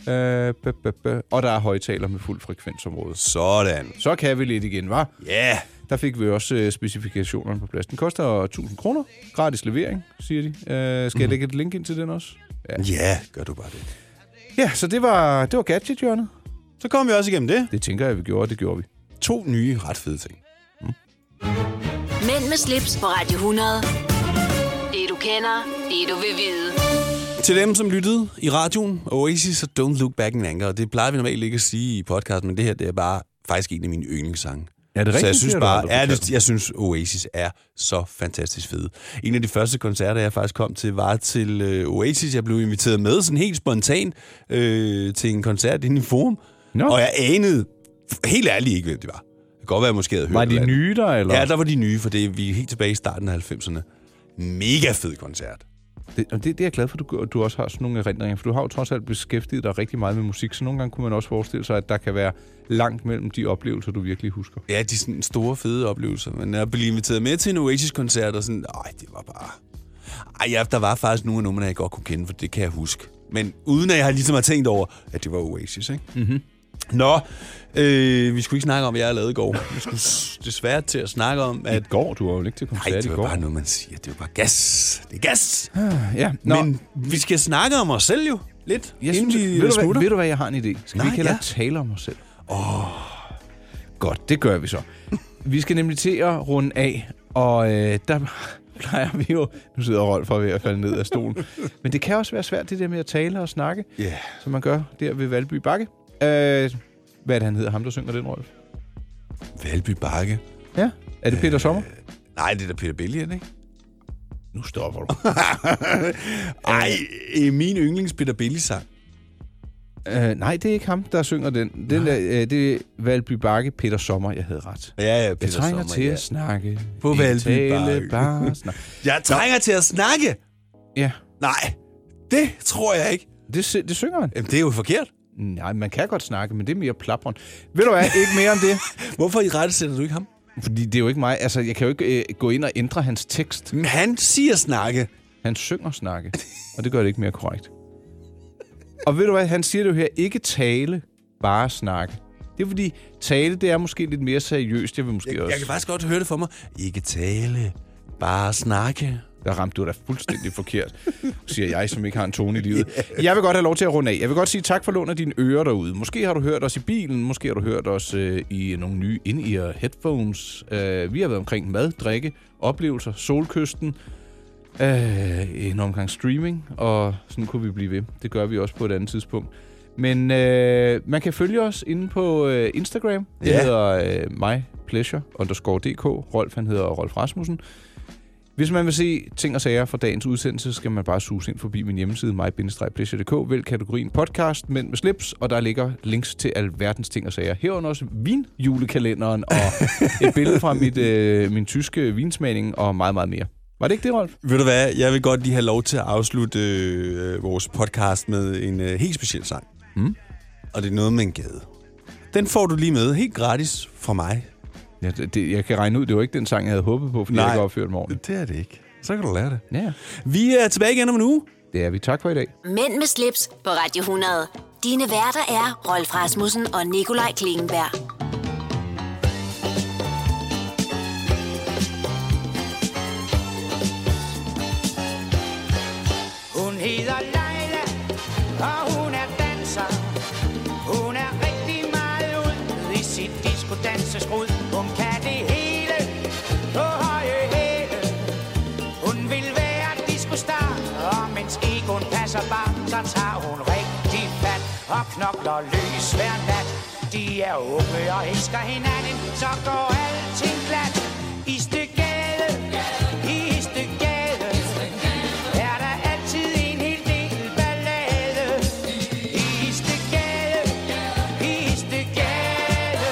Speaker 2: øh, bø, bø, bø, og der er højtaler med fuld frekvensområde.
Speaker 3: Sådan.
Speaker 2: Så kan vi lidt igen, var?
Speaker 3: Ja. Yeah.
Speaker 2: Der fik vi også øh, specifikationerne på plads. Den koster 1000 kroner. Gratis levering, siger de. Øh, skal mm. jeg lægge et link ind til den også?
Speaker 3: Ja, gør du bare det.
Speaker 2: Ja, så det var, det var gadget -hjørnet.
Speaker 3: Så kom vi også igennem det.
Speaker 2: Det tænker jeg, vi gjorde, og det gjorde vi.
Speaker 3: To nye ret fede ting.
Speaker 1: Mænd med slips på Radio 100. Det du kender, det du vil vide.
Speaker 3: Til dem, som lyttede i radioen, Oasis og Don't Look Back in Anger, og det plejer vi normalt ikke at sige i podcast, men det her det er bare faktisk en af mine yndlingssange.
Speaker 2: Er det
Speaker 3: Så jeg
Speaker 2: rigtigt,
Speaker 3: synes
Speaker 2: det har du
Speaker 3: bare,
Speaker 2: aldrig
Speaker 3: ja, det,
Speaker 2: fortalt
Speaker 3: jeg synes Oasis er så fantastisk fede. En af de første koncerter, jeg faktisk kom til, var til øh, Oasis. Jeg blev inviteret med sådan helt spontan øh, til en koncert inde i Forum,
Speaker 2: no.
Speaker 3: og jeg anede f- helt ærligt ikke, hvem de var. Det kan godt være, jeg måske havde hørt
Speaker 2: Var
Speaker 3: eller
Speaker 2: de
Speaker 3: andet.
Speaker 2: nye der, eller?
Speaker 3: Ja, der var de nye, for det, er- vi er helt tilbage i starten af 90'erne. Mega fed koncert.
Speaker 2: Det, og det, det er jeg glad for, at du, gør- at du også har sådan nogle erindringer, for du har jo trods alt beskæftiget dig rigtig meget med musik, så nogle gange kunne man også forestille sig, at der kan være langt mellem de oplevelser, du virkelig husker.
Speaker 3: Ja, de sådan store, fede oplevelser. Men jeg blev inviteret med til en Oasis-koncert, og sådan, nej, det var bare... Ej, ja, der var faktisk nogle af numrene, jeg godt kunne kende, for det kan jeg huske. Men uden at jeg ligesom har tænkt over, at det var Oasis, ikke?
Speaker 2: Mm-hmm.
Speaker 3: Nå, øh, vi skulle ikke snakke om, hvad jeg lavede i går. Vi skulle s- desværre til at snakke om, at... I
Speaker 2: går? Du var jo ikke til koncert
Speaker 3: Nej, det
Speaker 2: i
Speaker 3: var
Speaker 2: går.
Speaker 3: bare noget, man siger. Det var bare gas. Det er gas.
Speaker 2: ja, nå.
Speaker 3: Men vi skal snakke om os selv jo. Lidt.
Speaker 2: Jeg
Speaker 3: inden
Speaker 2: synes,
Speaker 3: vi
Speaker 2: ved, du
Speaker 3: smutter.
Speaker 2: hvad, ved du hvad, jeg har en idé? Skal øh, Nej,
Speaker 3: Nej,
Speaker 2: vi ikke hellere
Speaker 3: ja.
Speaker 2: tale om os selv? Åh, oh, godt, det gør vi så. Vi skal nemlig til at runde af, og øh, der plejer vi jo... Nu sidder Rolf og er ved at falde ned af stolen. Men det kan også være svært, det der med at tale og snakke,
Speaker 3: Ja.
Speaker 2: som man gør der ved Valby Bakke. Øh, Hvad er det, han hedder? Ham, der synger den, Rolf?
Speaker 3: Valby Bakke.
Speaker 2: Ja. Øh, Er det Peter Sommer?
Speaker 3: Nej, det er da Peter Bellian, ikke?
Speaker 2: Nu stopper du.
Speaker 3: Ej, øh, min yndlings Peter Belli-sang.
Speaker 2: Øh, nej, det er ikke ham, der synger den. den der, øh, det er Valby Bakke, Peter Sommer, jeg havde ret.
Speaker 3: Ja, ja, Peter
Speaker 2: jeg trænger
Speaker 3: Sommer,
Speaker 2: til
Speaker 3: ja.
Speaker 2: at snakke.
Speaker 3: På
Speaker 2: I
Speaker 3: Valby
Speaker 2: tale
Speaker 3: Bakke.
Speaker 2: bare snak.
Speaker 3: Jeg trænger til at snakke.
Speaker 2: Ja.
Speaker 3: Nej, det tror jeg ikke.
Speaker 2: Det, sy- det synger han.
Speaker 3: Jamen, det er jo forkert.
Speaker 2: Nej, man kan godt snakke, men det er mere plapron. Ved du hvad, ikke mere om det.
Speaker 3: Hvorfor i rette sætter du ikke ham?
Speaker 2: Fordi det er jo ikke mig. Altså, jeg kan jo ikke øh, gå ind og ændre hans tekst.
Speaker 3: Men han siger snakke.
Speaker 2: Han synger snakke, og det gør det ikke mere korrekt. Og ved du hvad, han siger det jo her, ikke tale, bare snakke. Det er fordi, tale, det er måske lidt mere seriøst. Jeg vil måske
Speaker 3: Jeg,
Speaker 2: også...
Speaker 3: jeg kan faktisk godt høre det for mig. Ikke tale, bare snakke.
Speaker 2: Der ramte du da fuldstændig forkert, siger jeg, som ikke har en tone i livet. Jeg vil godt have lov til at runde af. Jeg vil godt sige tak for lånet af dine ører derude. Måske har du hørt os i bilen, måske har du hørt os øh, i nogle nye in-ear headphones. Øh, vi har været omkring mad, drikke, oplevelser, solkysten, øh, en omgang streaming, og sådan kunne vi blive ved. Det gør vi også på et andet tidspunkt. Men øh, man kan følge os inde på øh, Instagram. Det
Speaker 3: Ja.
Speaker 2: hedder øh, mypleasure underscore dk. Rolf, han hedder Rolf Rasmussen. Hvis man vil se ting og sager fra dagens udsendelse, skal man bare suge ind forbi min hjemmeside, my vælg kategorien podcast, men med slips, og der ligger links til alverdens ting og sager. Herunder også vinjulekalenderen og et billede fra mit, øh, min tyske vinsmagning og meget, meget mere. Var det ikke det, Rolf?
Speaker 3: Ved du hvad, jeg vil godt lige have lov til at afslutte øh, vores podcast med en øh, helt speciel sang.
Speaker 2: Mm.
Speaker 3: Og det er noget med en gade. Den får du lige med, helt gratis fra mig.
Speaker 2: Ja, det, det, jeg kan regne ud, det var ikke den sang, jeg havde håbet på, fordi Nej.
Speaker 3: Nej.
Speaker 2: jeg ikke opførte mig ordentligt.
Speaker 3: Det er det ikke. Så kan du lære det.
Speaker 2: Ja.
Speaker 3: Vi er tilbage igen om en uge.
Speaker 2: Det er vi. Tak for i dag.
Speaker 1: Mænd med slips på Radio 100. Dine værter er Rolf Rasmussen og Nikolaj Klingenberg.
Speaker 15: Hun hedder Leila, og hun er danser. Hun er rigtig meget ud i sit diskodanseskrud. Hun kan det hele på høje hæle. Hun vil være diskostar, og mens egoen passer bare, så tager hun rigtig fat og knokler løs hver nat. De er unge og elsker hinanden, så går alting glat. Istegade, i Istegade, er der altid en hel del ballade. I Istegade, i Istegade,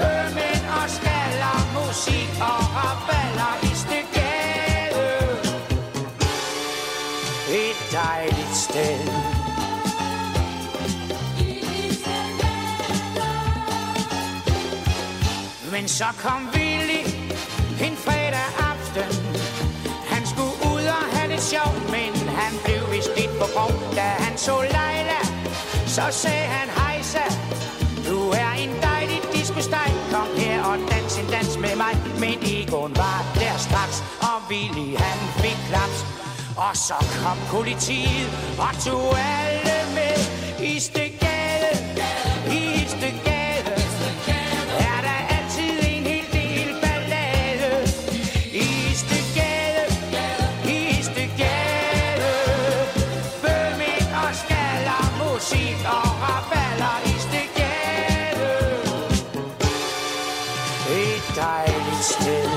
Speaker 15: ømmen og skaller, musik og raballer. Istegade, et dejligt sted. Men så kom Willy en fredag aften. Han skulle ud og have lidt sjov, men han blev vist lidt på grov. Da han så Leila, så sagde han hejsa. Du er en dejlig diskosteg, kom her og dans en dans med mig. Men Egon var der straks, og Willy han fik klaps. Og så kom politiet og tog alle med i stegade, i stegade. Er der altid en hel del ballade i stegade, i stegade. Bømming og skaller, musik og raballer i stegade. Et dejligt sted.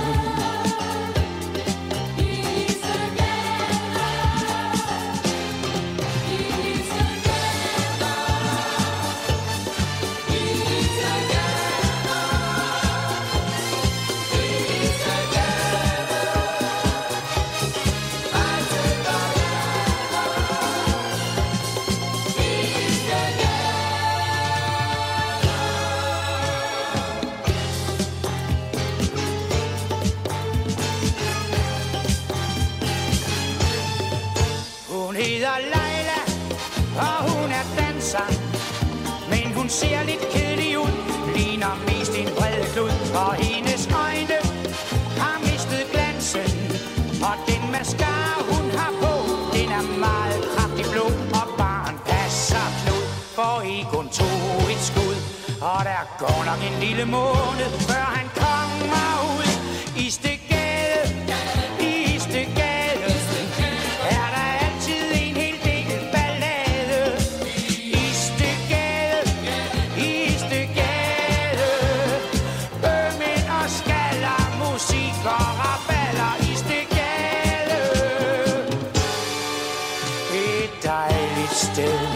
Speaker 15: Hun hedder Leila, og hun er danser. Men hun ser lidt kedelig ud, ligner mest en bred klud. Og hendes øjne har mistet glansen. Og den mascara, hun har på, den er meget kraftig blå. Og barn passer klud, for Egon tog et skud. Og der går nok en lille måned, før han kommer ud i stegade, i stegade. Er der altid en hel del ballade? Istegade, istegade. sted